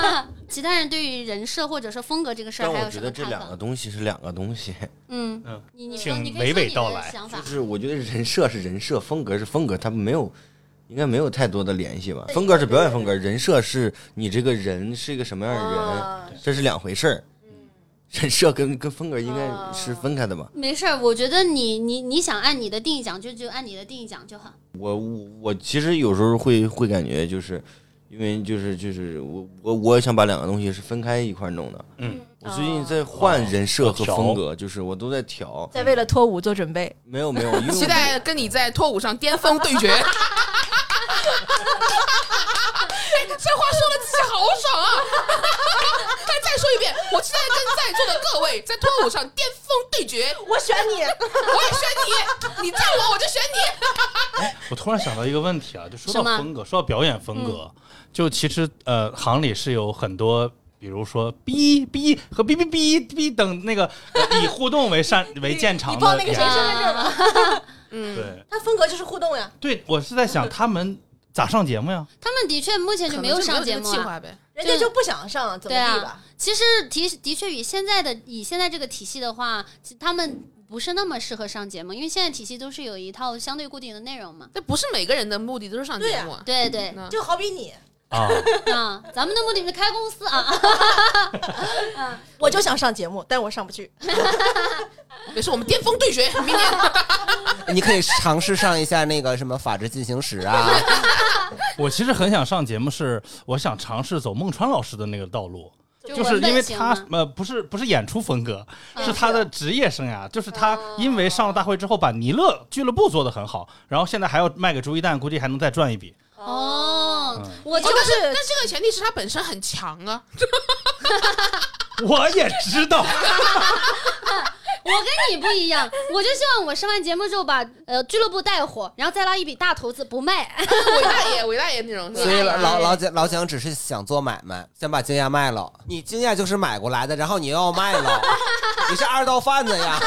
[SPEAKER 2] 其他人对于人设或者说风格这个事
[SPEAKER 7] 但
[SPEAKER 2] 儿还
[SPEAKER 7] 我
[SPEAKER 2] 有
[SPEAKER 7] 觉
[SPEAKER 2] 什
[SPEAKER 7] 得
[SPEAKER 2] 么
[SPEAKER 7] 这
[SPEAKER 2] 看
[SPEAKER 7] 两个
[SPEAKER 2] 法？
[SPEAKER 7] 东西是两个东西，
[SPEAKER 2] 嗯
[SPEAKER 8] 嗯，
[SPEAKER 2] 你你
[SPEAKER 8] 请
[SPEAKER 2] 说你可
[SPEAKER 8] 娓
[SPEAKER 2] 以
[SPEAKER 8] 娓
[SPEAKER 2] 说你
[SPEAKER 8] 道
[SPEAKER 2] 的
[SPEAKER 8] 来
[SPEAKER 2] 想法
[SPEAKER 7] 就。是我觉得人设是人设，风格是风格，它没有。应该没有太多的联系吧？风格是表演风格，人设是你这个人是一个什么样的
[SPEAKER 5] 哦
[SPEAKER 7] 人，这是两回事儿。人设跟跟风格应该是分开的吧？
[SPEAKER 2] 没事儿，我觉得你你你想按你的定义讲，就就按你的定义讲就好。
[SPEAKER 7] 我我我其实有时候会会感觉就是，因为就是就是我我我想把两个东西是分开一块儿弄的。
[SPEAKER 8] 嗯，
[SPEAKER 7] 我最近在换人设和
[SPEAKER 8] 调
[SPEAKER 7] 风格，就是我都在调。
[SPEAKER 5] 在为了脱舞做准备。
[SPEAKER 7] 没有没有，因为
[SPEAKER 4] 期待跟你在脱舞上巅峰对决。哎这话说的自己好爽啊！哎，再说一遍，我期待跟在座的各位在脱舞上巅峰对决。
[SPEAKER 5] 我选你，
[SPEAKER 4] 我也选你，你站我我就选你。
[SPEAKER 8] 我突然想到一个问题啊，就说到
[SPEAKER 2] 什么
[SPEAKER 8] 风格，说到表演风格，
[SPEAKER 5] 嗯
[SPEAKER 8] 就其实呃，行里是有很多。比如说哔哔和哔哔哔哔等那个呃以互动为擅 为见长
[SPEAKER 5] 你啊
[SPEAKER 8] 的
[SPEAKER 5] 报
[SPEAKER 8] 演
[SPEAKER 5] 那
[SPEAKER 8] 员，
[SPEAKER 5] 个谁身份证了？
[SPEAKER 4] 嗯
[SPEAKER 8] 对
[SPEAKER 5] 他风格就是互动呀，
[SPEAKER 8] 对，我是在想他们咋上节目呀？
[SPEAKER 2] 他们的确目前就没有上节目
[SPEAKER 4] 计
[SPEAKER 2] 啊。
[SPEAKER 4] 划呗。
[SPEAKER 5] 人家就不想上，怎么
[SPEAKER 2] 对
[SPEAKER 5] 地吧
[SPEAKER 2] 啊？，其实的的确以现在的以现在这个体系的话，其他们不是那么适合上节目，因为现在体系都是有一套相对固定的内容嘛。
[SPEAKER 4] 这不是每个人的目的都是上节目啊。
[SPEAKER 2] 对 对，
[SPEAKER 4] 那
[SPEAKER 5] 就好比你，
[SPEAKER 8] 啊，
[SPEAKER 2] 啊，咱们的目的是开公司啊。
[SPEAKER 5] 我就想上节目，但我上不去。
[SPEAKER 4] 没事，我们巅峰对决，明 年
[SPEAKER 6] 你可以尝试上一下那个什么《法制进行时》啊，
[SPEAKER 8] 我其实很想上节目是，我想尝试走孟川老师的那个道路，
[SPEAKER 2] 就
[SPEAKER 8] 就是
[SPEAKER 2] 文本
[SPEAKER 8] 因为
[SPEAKER 2] 型嗯
[SPEAKER 8] 他
[SPEAKER 2] 嘛
[SPEAKER 8] 呃不是不是演出风格，是他的职业生涯，就是他
[SPEAKER 2] 哦
[SPEAKER 8] 因为上了大会之后把尼乐俱乐部做得很好，然后现在还要卖给朱一蛋，估计还能再赚一笔。
[SPEAKER 2] 哦，
[SPEAKER 8] 嗯
[SPEAKER 2] 我就
[SPEAKER 5] 就
[SPEAKER 4] 但
[SPEAKER 5] 是
[SPEAKER 4] 但这个前提是他本身很强 啊。
[SPEAKER 8] 我也知道，
[SPEAKER 2] 我跟你不一样，我就希望我上完节目之后把呃俱乐部带火，然后再拉一笔大投资不卖。
[SPEAKER 4] 韦大爷，韦大爷那种，
[SPEAKER 6] 所以老老老蒋老蒋只是想做买卖，想把惊讶卖了。你惊讶就是买过来的，然后你又要 卖了，你是二道贩子呀！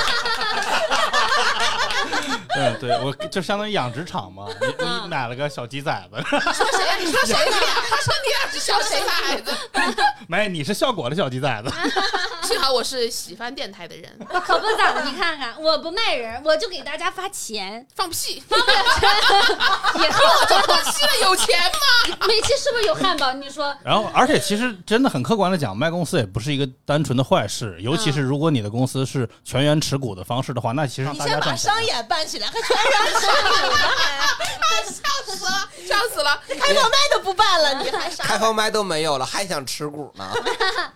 [SPEAKER 8] 嗯，对我就相当于养殖场嘛，你
[SPEAKER 2] 嗯
[SPEAKER 8] 你买了个小鸡崽子，
[SPEAKER 4] 说谁呀？你说谁？你俩他说你啊俩只笑谁俩孩子？
[SPEAKER 8] 没你是效果的小鸡崽子，
[SPEAKER 4] 幸好我是喜欢电台的人，
[SPEAKER 2] 可不咋的，你看看，我不卖人，我就给大家发 钱。
[SPEAKER 4] 放 屁！
[SPEAKER 2] 以后
[SPEAKER 4] 我吸了有钱吗？
[SPEAKER 2] 每期是不是有汉堡？你说
[SPEAKER 8] 然后，而且其实真的很客观的讲，卖公司也不是一个单纯的坏事，尤其是如果你的公司是全员持股的方式的话，那其实
[SPEAKER 5] 你
[SPEAKER 8] 大
[SPEAKER 5] 先
[SPEAKER 8] 家
[SPEAKER 5] 把
[SPEAKER 8] 赚钱。啊
[SPEAKER 5] 商演办起来，还全然是
[SPEAKER 4] 笑死了，笑死了！
[SPEAKER 5] 开放麦都不办了，你还啥？
[SPEAKER 6] 开放麦都没有了，还想持股呢？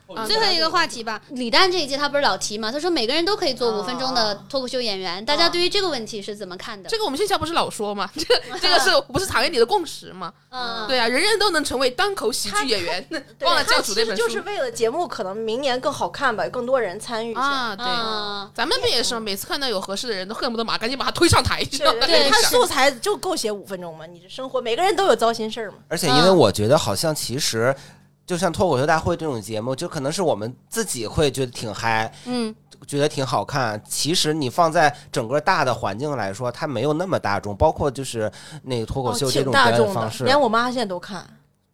[SPEAKER 2] 哦最后一个话题吧，李诞这一届他不是老提嘛，他说每个人都可以做五分钟的脱口秀演员，大家对于这个问题是怎么看的？
[SPEAKER 4] 这个我们线下不是老说嘛，这个这个是不是行业里的共识嘛？
[SPEAKER 2] 嗯，
[SPEAKER 4] 对啊，人人都能成为单口喜剧演员，
[SPEAKER 5] 对
[SPEAKER 4] 忘了
[SPEAKER 5] 他
[SPEAKER 4] 教主
[SPEAKER 5] 其
[SPEAKER 4] 那
[SPEAKER 5] 实
[SPEAKER 4] 本
[SPEAKER 5] 就是
[SPEAKER 4] 书
[SPEAKER 5] 为了节目可能明年更好看吧，有更多人参与一下。
[SPEAKER 4] 啊，对。
[SPEAKER 2] 嗯，
[SPEAKER 4] 咱们不也是吗？每次看到有合适的人都恨不得马赶紧把他推上台，
[SPEAKER 5] 对对
[SPEAKER 2] 对
[SPEAKER 5] 对，他
[SPEAKER 2] 是
[SPEAKER 5] 素材就够写五分钟嘛，你这生活每个人都有糟心事儿嘛。
[SPEAKER 6] 而且因为我觉得好像其实。就像脱口秀大会这种节目，就可能是我们自己会觉得挺嗨，
[SPEAKER 2] 嗯，
[SPEAKER 6] 觉得挺好看。其实你放在整个大的环境来说，它没有那么大众，包括就是那个脱口秀这
[SPEAKER 5] 哦挺
[SPEAKER 6] 种
[SPEAKER 5] 大
[SPEAKER 6] 表
[SPEAKER 5] 众
[SPEAKER 6] 演
[SPEAKER 5] 的
[SPEAKER 6] 方，式，
[SPEAKER 5] 连我妈现在都看。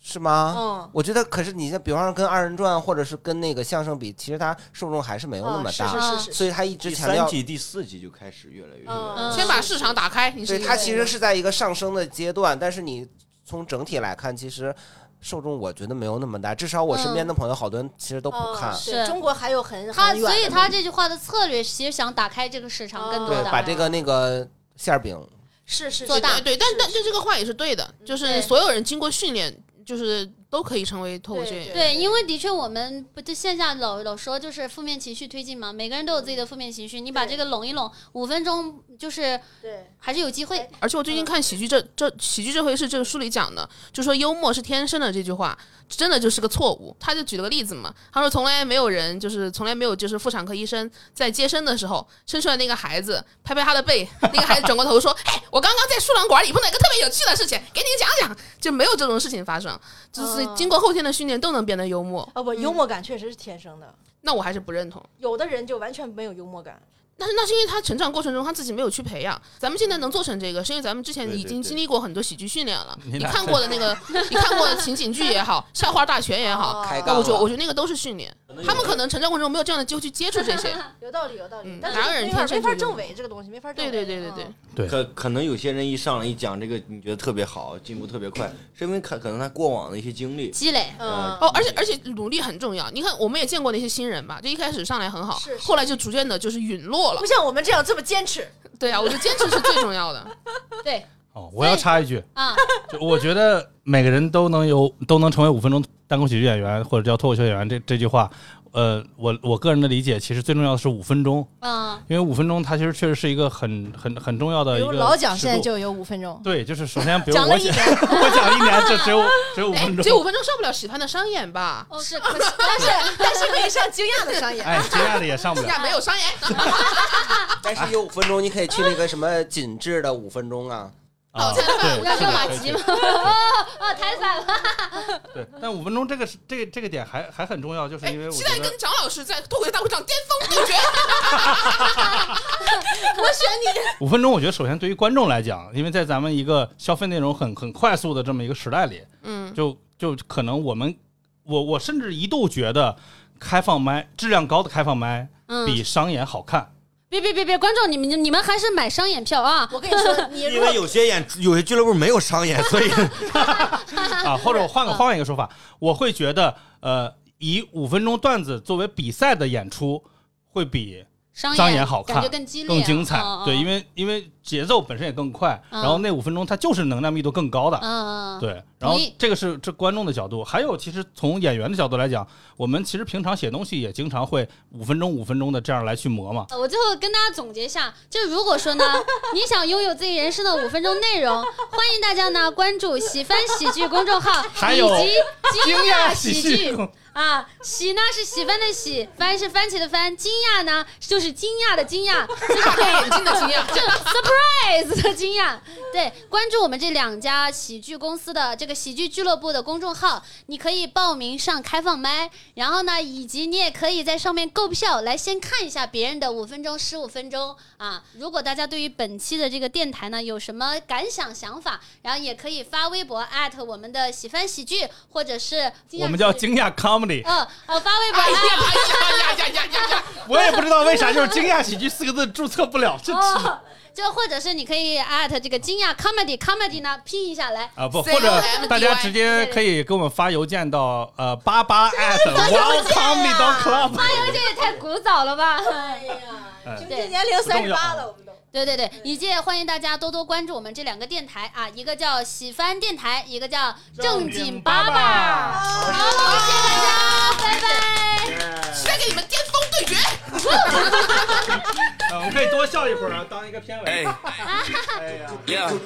[SPEAKER 6] 是吗？
[SPEAKER 5] 嗯，
[SPEAKER 6] 我觉得，可是你像比方说跟二人转或者是跟那个相声比，其实它受众还是没有那
[SPEAKER 5] 嗯
[SPEAKER 6] 么
[SPEAKER 5] 是
[SPEAKER 6] 大，
[SPEAKER 5] 是是是是，
[SPEAKER 6] 所以它一直
[SPEAKER 7] 第
[SPEAKER 6] 强调
[SPEAKER 7] 三，季、第四季就开始越来越。
[SPEAKER 5] 嗯
[SPEAKER 4] 先把市场打开。你
[SPEAKER 6] 对
[SPEAKER 4] 是
[SPEAKER 6] 它其实是在一个上升的阶段，但是你从整体来看，其实受众我觉得没有那么大，至少我身边的朋友好多人其实都不看，
[SPEAKER 5] 嗯
[SPEAKER 2] 是
[SPEAKER 5] 对中国还有很
[SPEAKER 2] 他
[SPEAKER 5] 很远
[SPEAKER 2] 所以
[SPEAKER 5] 的
[SPEAKER 2] 他这句嗯话的策略其实想打开这个市场更多
[SPEAKER 6] 对，
[SPEAKER 2] 的，
[SPEAKER 6] 把这个那个馅儿饼，
[SPEAKER 5] 是是
[SPEAKER 2] 做
[SPEAKER 5] 是
[SPEAKER 2] 大
[SPEAKER 4] 对对，但但但这个话也是对的，就
[SPEAKER 2] 对
[SPEAKER 4] 是所有人经过训练，就是都可以成为脱口秀演员。
[SPEAKER 2] 对，因为的确我们不就线下老老说就是负面情绪推进嘛，每个人都有自己的负面情绪，你把这个拢一拢，五分钟就是
[SPEAKER 5] 对
[SPEAKER 4] 嗯
[SPEAKER 2] 还是有机会。
[SPEAKER 4] 而且我最近看喜剧这这喜剧这回是这个书里讲的，就说幽默是天生的这句话，真的就是个错误。他就举了个例子嘛，他说从来没有人就是从来没有就是妇产科医生在接生的时候生出来那个孩子拍拍他的背， 那个孩子转过头说：“ 哎，我刚刚在输卵管里碰到一个特别有趣的事情，给你讲讲。”就没有这种事情发生，就是经过后天的训练都能变得幽默。
[SPEAKER 5] 啊，不，幽默感确实是天生的，
[SPEAKER 4] 那我还是不认同。
[SPEAKER 5] 有的人就完全没有幽默感。
[SPEAKER 4] 但是那是因为他成长过程中他自己没有去培养，咱们现在能做成这个，是因为咱们之前
[SPEAKER 7] 对对
[SPEAKER 4] 已经
[SPEAKER 7] 对
[SPEAKER 4] 经历过很多喜剧训练了。
[SPEAKER 8] 你
[SPEAKER 4] 你
[SPEAKER 8] 俩
[SPEAKER 4] 看过的那个，你看过的情景剧也好，笑话大全也好，
[SPEAKER 6] 啊开
[SPEAKER 5] 哦
[SPEAKER 4] 那
[SPEAKER 6] 杠
[SPEAKER 4] 我觉得
[SPEAKER 6] 了
[SPEAKER 4] 我觉得那个都是训练。他们可能成长过程中没有这样的机会去接触这些。
[SPEAKER 5] 有道理，有道理
[SPEAKER 4] 嗯，
[SPEAKER 5] 但是
[SPEAKER 4] 哪有人
[SPEAKER 5] 没法
[SPEAKER 4] 天生
[SPEAKER 5] 没法
[SPEAKER 4] 就幽
[SPEAKER 5] 证
[SPEAKER 4] 默
[SPEAKER 5] 伪这个东西，没法证
[SPEAKER 4] 对
[SPEAKER 5] 伪。
[SPEAKER 4] 对 对对对
[SPEAKER 5] 嗯，
[SPEAKER 7] 可可能有些人一上来一讲这个，你觉得特别好，进步特别快，是因为可可能他过往的一些经历。
[SPEAKER 2] 积累，
[SPEAKER 5] 嗯，
[SPEAKER 4] 哦，而且而且努力很重要。你看，我们也见过那些新人吧，就一开始上来很好
[SPEAKER 5] 是，是
[SPEAKER 4] 后来就逐渐的就是陨落了
[SPEAKER 5] 不。像我们这样这么坚持。
[SPEAKER 4] 对啊，我觉得坚持是最重要的。
[SPEAKER 2] 对
[SPEAKER 8] 哦，我要插一句，
[SPEAKER 2] 啊，
[SPEAKER 8] 就我觉得每个人都能有都能成为五分钟单口喜剧演员或者叫脱口秀演员这这句话，呃，我我个人的理解，其实最重要的是五分钟，
[SPEAKER 2] 嗯，
[SPEAKER 8] 因为五分钟它其实确实是一个很很很重要的
[SPEAKER 5] 比
[SPEAKER 8] 一
[SPEAKER 5] 如
[SPEAKER 8] 个
[SPEAKER 5] 老蒋
[SPEAKER 8] 尺
[SPEAKER 5] 现在
[SPEAKER 8] 度
[SPEAKER 5] 就有五分钟，
[SPEAKER 8] 对，就是首先比如
[SPEAKER 5] 讲了
[SPEAKER 8] 我
[SPEAKER 5] 一
[SPEAKER 8] 讲
[SPEAKER 5] 年，
[SPEAKER 8] 我讲一年就只有只有五
[SPEAKER 4] 哎
[SPEAKER 8] 分，
[SPEAKER 4] 只有五
[SPEAKER 8] 钟，
[SPEAKER 4] 分钟上不了喜欢的商演吧？
[SPEAKER 2] 哦是，可惜，但是
[SPEAKER 5] 但是但是可以上惊讶的 商演。
[SPEAKER 8] 哎，惊讶的也上不
[SPEAKER 4] 现
[SPEAKER 8] 了。
[SPEAKER 4] 在没有商演，
[SPEAKER 6] 但是有五分钟，你可以去那个什么紧致的五分钟啊，
[SPEAKER 8] 啊，
[SPEAKER 4] 早餐饭
[SPEAKER 8] 对
[SPEAKER 2] 要
[SPEAKER 8] 是
[SPEAKER 2] 热
[SPEAKER 8] 的
[SPEAKER 2] 玛
[SPEAKER 8] 可以
[SPEAKER 2] 吉
[SPEAKER 8] 可
[SPEAKER 2] 嘛
[SPEAKER 8] 以，
[SPEAKER 2] 哦，太惨 了，
[SPEAKER 8] 对，但五分钟这个是这个这个点还还很重要，就是因为我
[SPEAKER 4] 期
[SPEAKER 8] 觉
[SPEAKER 4] 待
[SPEAKER 8] 得
[SPEAKER 4] 跟张老师哎在脱口秀大会上巅峰对决。
[SPEAKER 8] 五分钟，我觉得首先对于观众来讲，因为在咱们一个消费内容很很快速的这么一个时代里，
[SPEAKER 4] 嗯，
[SPEAKER 8] 就就可能我们，我我甚至一度觉得开放麦质量高的开放麦
[SPEAKER 2] 嗯，
[SPEAKER 8] 比商演好看。
[SPEAKER 2] 别别别别，观众你们你们还是买商演票啊，
[SPEAKER 5] 我跟你说，你
[SPEAKER 7] 因
[SPEAKER 5] 如果
[SPEAKER 7] 为有些演有些俱乐部没有商演，所以
[SPEAKER 8] 啊，或者我
[SPEAKER 4] 嗯
[SPEAKER 8] 换个换一个说法，我会觉得，呃，以五分钟段子作为比赛的演出，会比
[SPEAKER 2] 商
[SPEAKER 8] 商演好看
[SPEAKER 2] 感觉更激烈，哦
[SPEAKER 8] 更精彩。对，因
[SPEAKER 2] 为
[SPEAKER 8] 为因为节奏本身也更快，
[SPEAKER 2] 嗯
[SPEAKER 8] 然后那五分钟它就是能量密度更高的。
[SPEAKER 2] 嗯，嗯，
[SPEAKER 8] 对，然后
[SPEAKER 2] 同意
[SPEAKER 8] 这个是这观众的角度，还有其实从演员的角度来讲，我们其实平常写东西也经常会五分钟五分钟的这样来去磨嘛。
[SPEAKER 2] 呃我最后跟大家总结一下，就如果说呢，你想拥有自己人生的五分钟内容，欢迎大家呢关注喜翻喜剧公众号，
[SPEAKER 8] 还
[SPEAKER 2] 以
[SPEAKER 8] 有
[SPEAKER 2] 及惊讶
[SPEAKER 8] 喜
[SPEAKER 2] 喜
[SPEAKER 8] 剧
[SPEAKER 2] 剧。啊，喜呢是喜欢的喜，番是番茄的番，惊讶呢就是惊讶的惊讶，
[SPEAKER 4] 大开眼睛的经验。
[SPEAKER 2] surprise 的惊讶。对，关注我们这两家喜剧公司的这个喜剧俱乐部的公众号，你可以报名上开放麦，然后呢，以及你也可以在上面购票，来先看一下别人的五分钟、十五分钟啊。如果大家对于本期的这个电台呢有什么感想、想法，然后也可以发微博艾特我们的喜翻喜剧，或者是惊讶
[SPEAKER 8] 我们叫
[SPEAKER 2] 喜剧
[SPEAKER 8] 惊讶 comedy，
[SPEAKER 2] 嗯，我发微博
[SPEAKER 4] 哎呀
[SPEAKER 2] 艾特。
[SPEAKER 4] 呀呀呀呀呀！
[SPEAKER 8] 我也不知道为啥就是惊讶喜剧四个字注册不了，这
[SPEAKER 2] 哦，就或者是你可以艾特这个惊讶 comedy comedy 呢拼一下来，
[SPEAKER 8] 啊不，
[SPEAKER 4] C
[SPEAKER 8] 或者
[SPEAKER 4] O M D Y
[SPEAKER 8] 大家直接可以给我们发邮件到呃八八 at welcome club，
[SPEAKER 2] 哎呦，这也太古早了吧！
[SPEAKER 5] 哎呀，
[SPEAKER 8] 哎
[SPEAKER 5] 这年龄
[SPEAKER 8] 不重
[SPEAKER 5] 三
[SPEAKER 8] 要
[SPEAKER 5] 十八了，我们都。
[SPEAKER 2] 对对对，以及也欢迎大家多多关注我们这两个电台啊，一个叫喜番电台，一个叫正经八
[SPEAKER 8] 爸
[SPEAKER 2] 爸。好了，谢谢大家，拜拜。
[SPEAKER 4] 期待给你们巅峰拒绝。
[SPEAKER 3] 我们可以多笑一会儿啊，当一个片尾。
[SPEAKER 9] Yeah.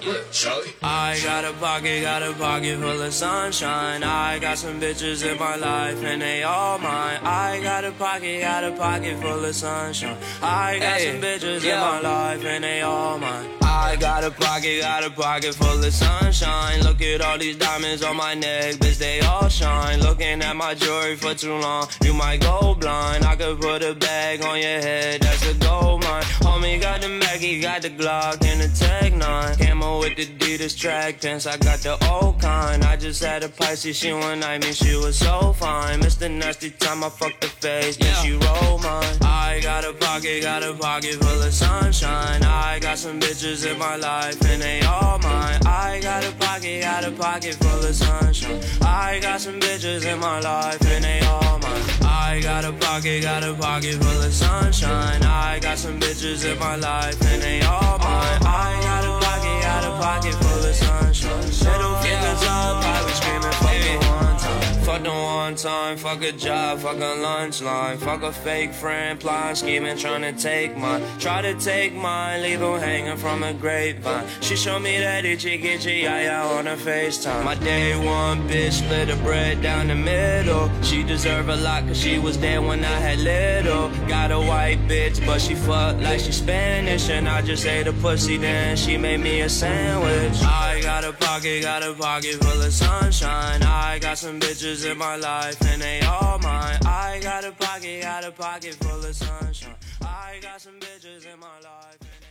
[SPEAKER 9] I got a pocket, got a pocket full of sunshine. I got some bitches in my life and they all mine. I got a pocket, got a pocket full of sunshine. I got some bitches in my life and they all mine. I got a pocket, got a pocket full of sunshine. Look at all these diamonds on my neck, bitch, they all shine. Looking at my jewelry for too long, you might go blind. I could put a bag on your head, that's a gold mine. Homie got the Maggie, got the Glock and the Tag 9. Camo with the Adidas track pants, I got the old kind. I just had a Pisces, she one night, me, she was so fine. Mr. Nasty time, I fucked the face, then she rolled mine. I got a pocket, got a pocket full of sunshine. I got some bitches in my life and they all mine. I got a pocket, got a pocket full of sunshine. I got some bitches in my life and they all mine. I got a pocket, got a pocket full of sunshine. I got some bitches in my life and they all mine. I got a pocket, got a pocket full of sunshine. Middle fingers up, I was screaming fuck the one time. Fuck the one time, fuck a job, fuck a lunch line. Fuck a fake friend, plotting, scheming, trying to take mine. Try to take mine, leave her hanging from a grapevine. She showed me that itchy, itchy, yeah, yeah, on her FaceTime. My day one bitch split the bread down the middle. She deserve a lot cause she was there when I had little. Got a white bitch, but she fucked like she Spanish. And I just ate a pussy, then she made me a sandwich. I got a pocket, got a pocket full of sunshine. I got some bitches in my life and they all mine. I got a pocket, got a pocket full of sunshine. I got some bitches in my life. and they-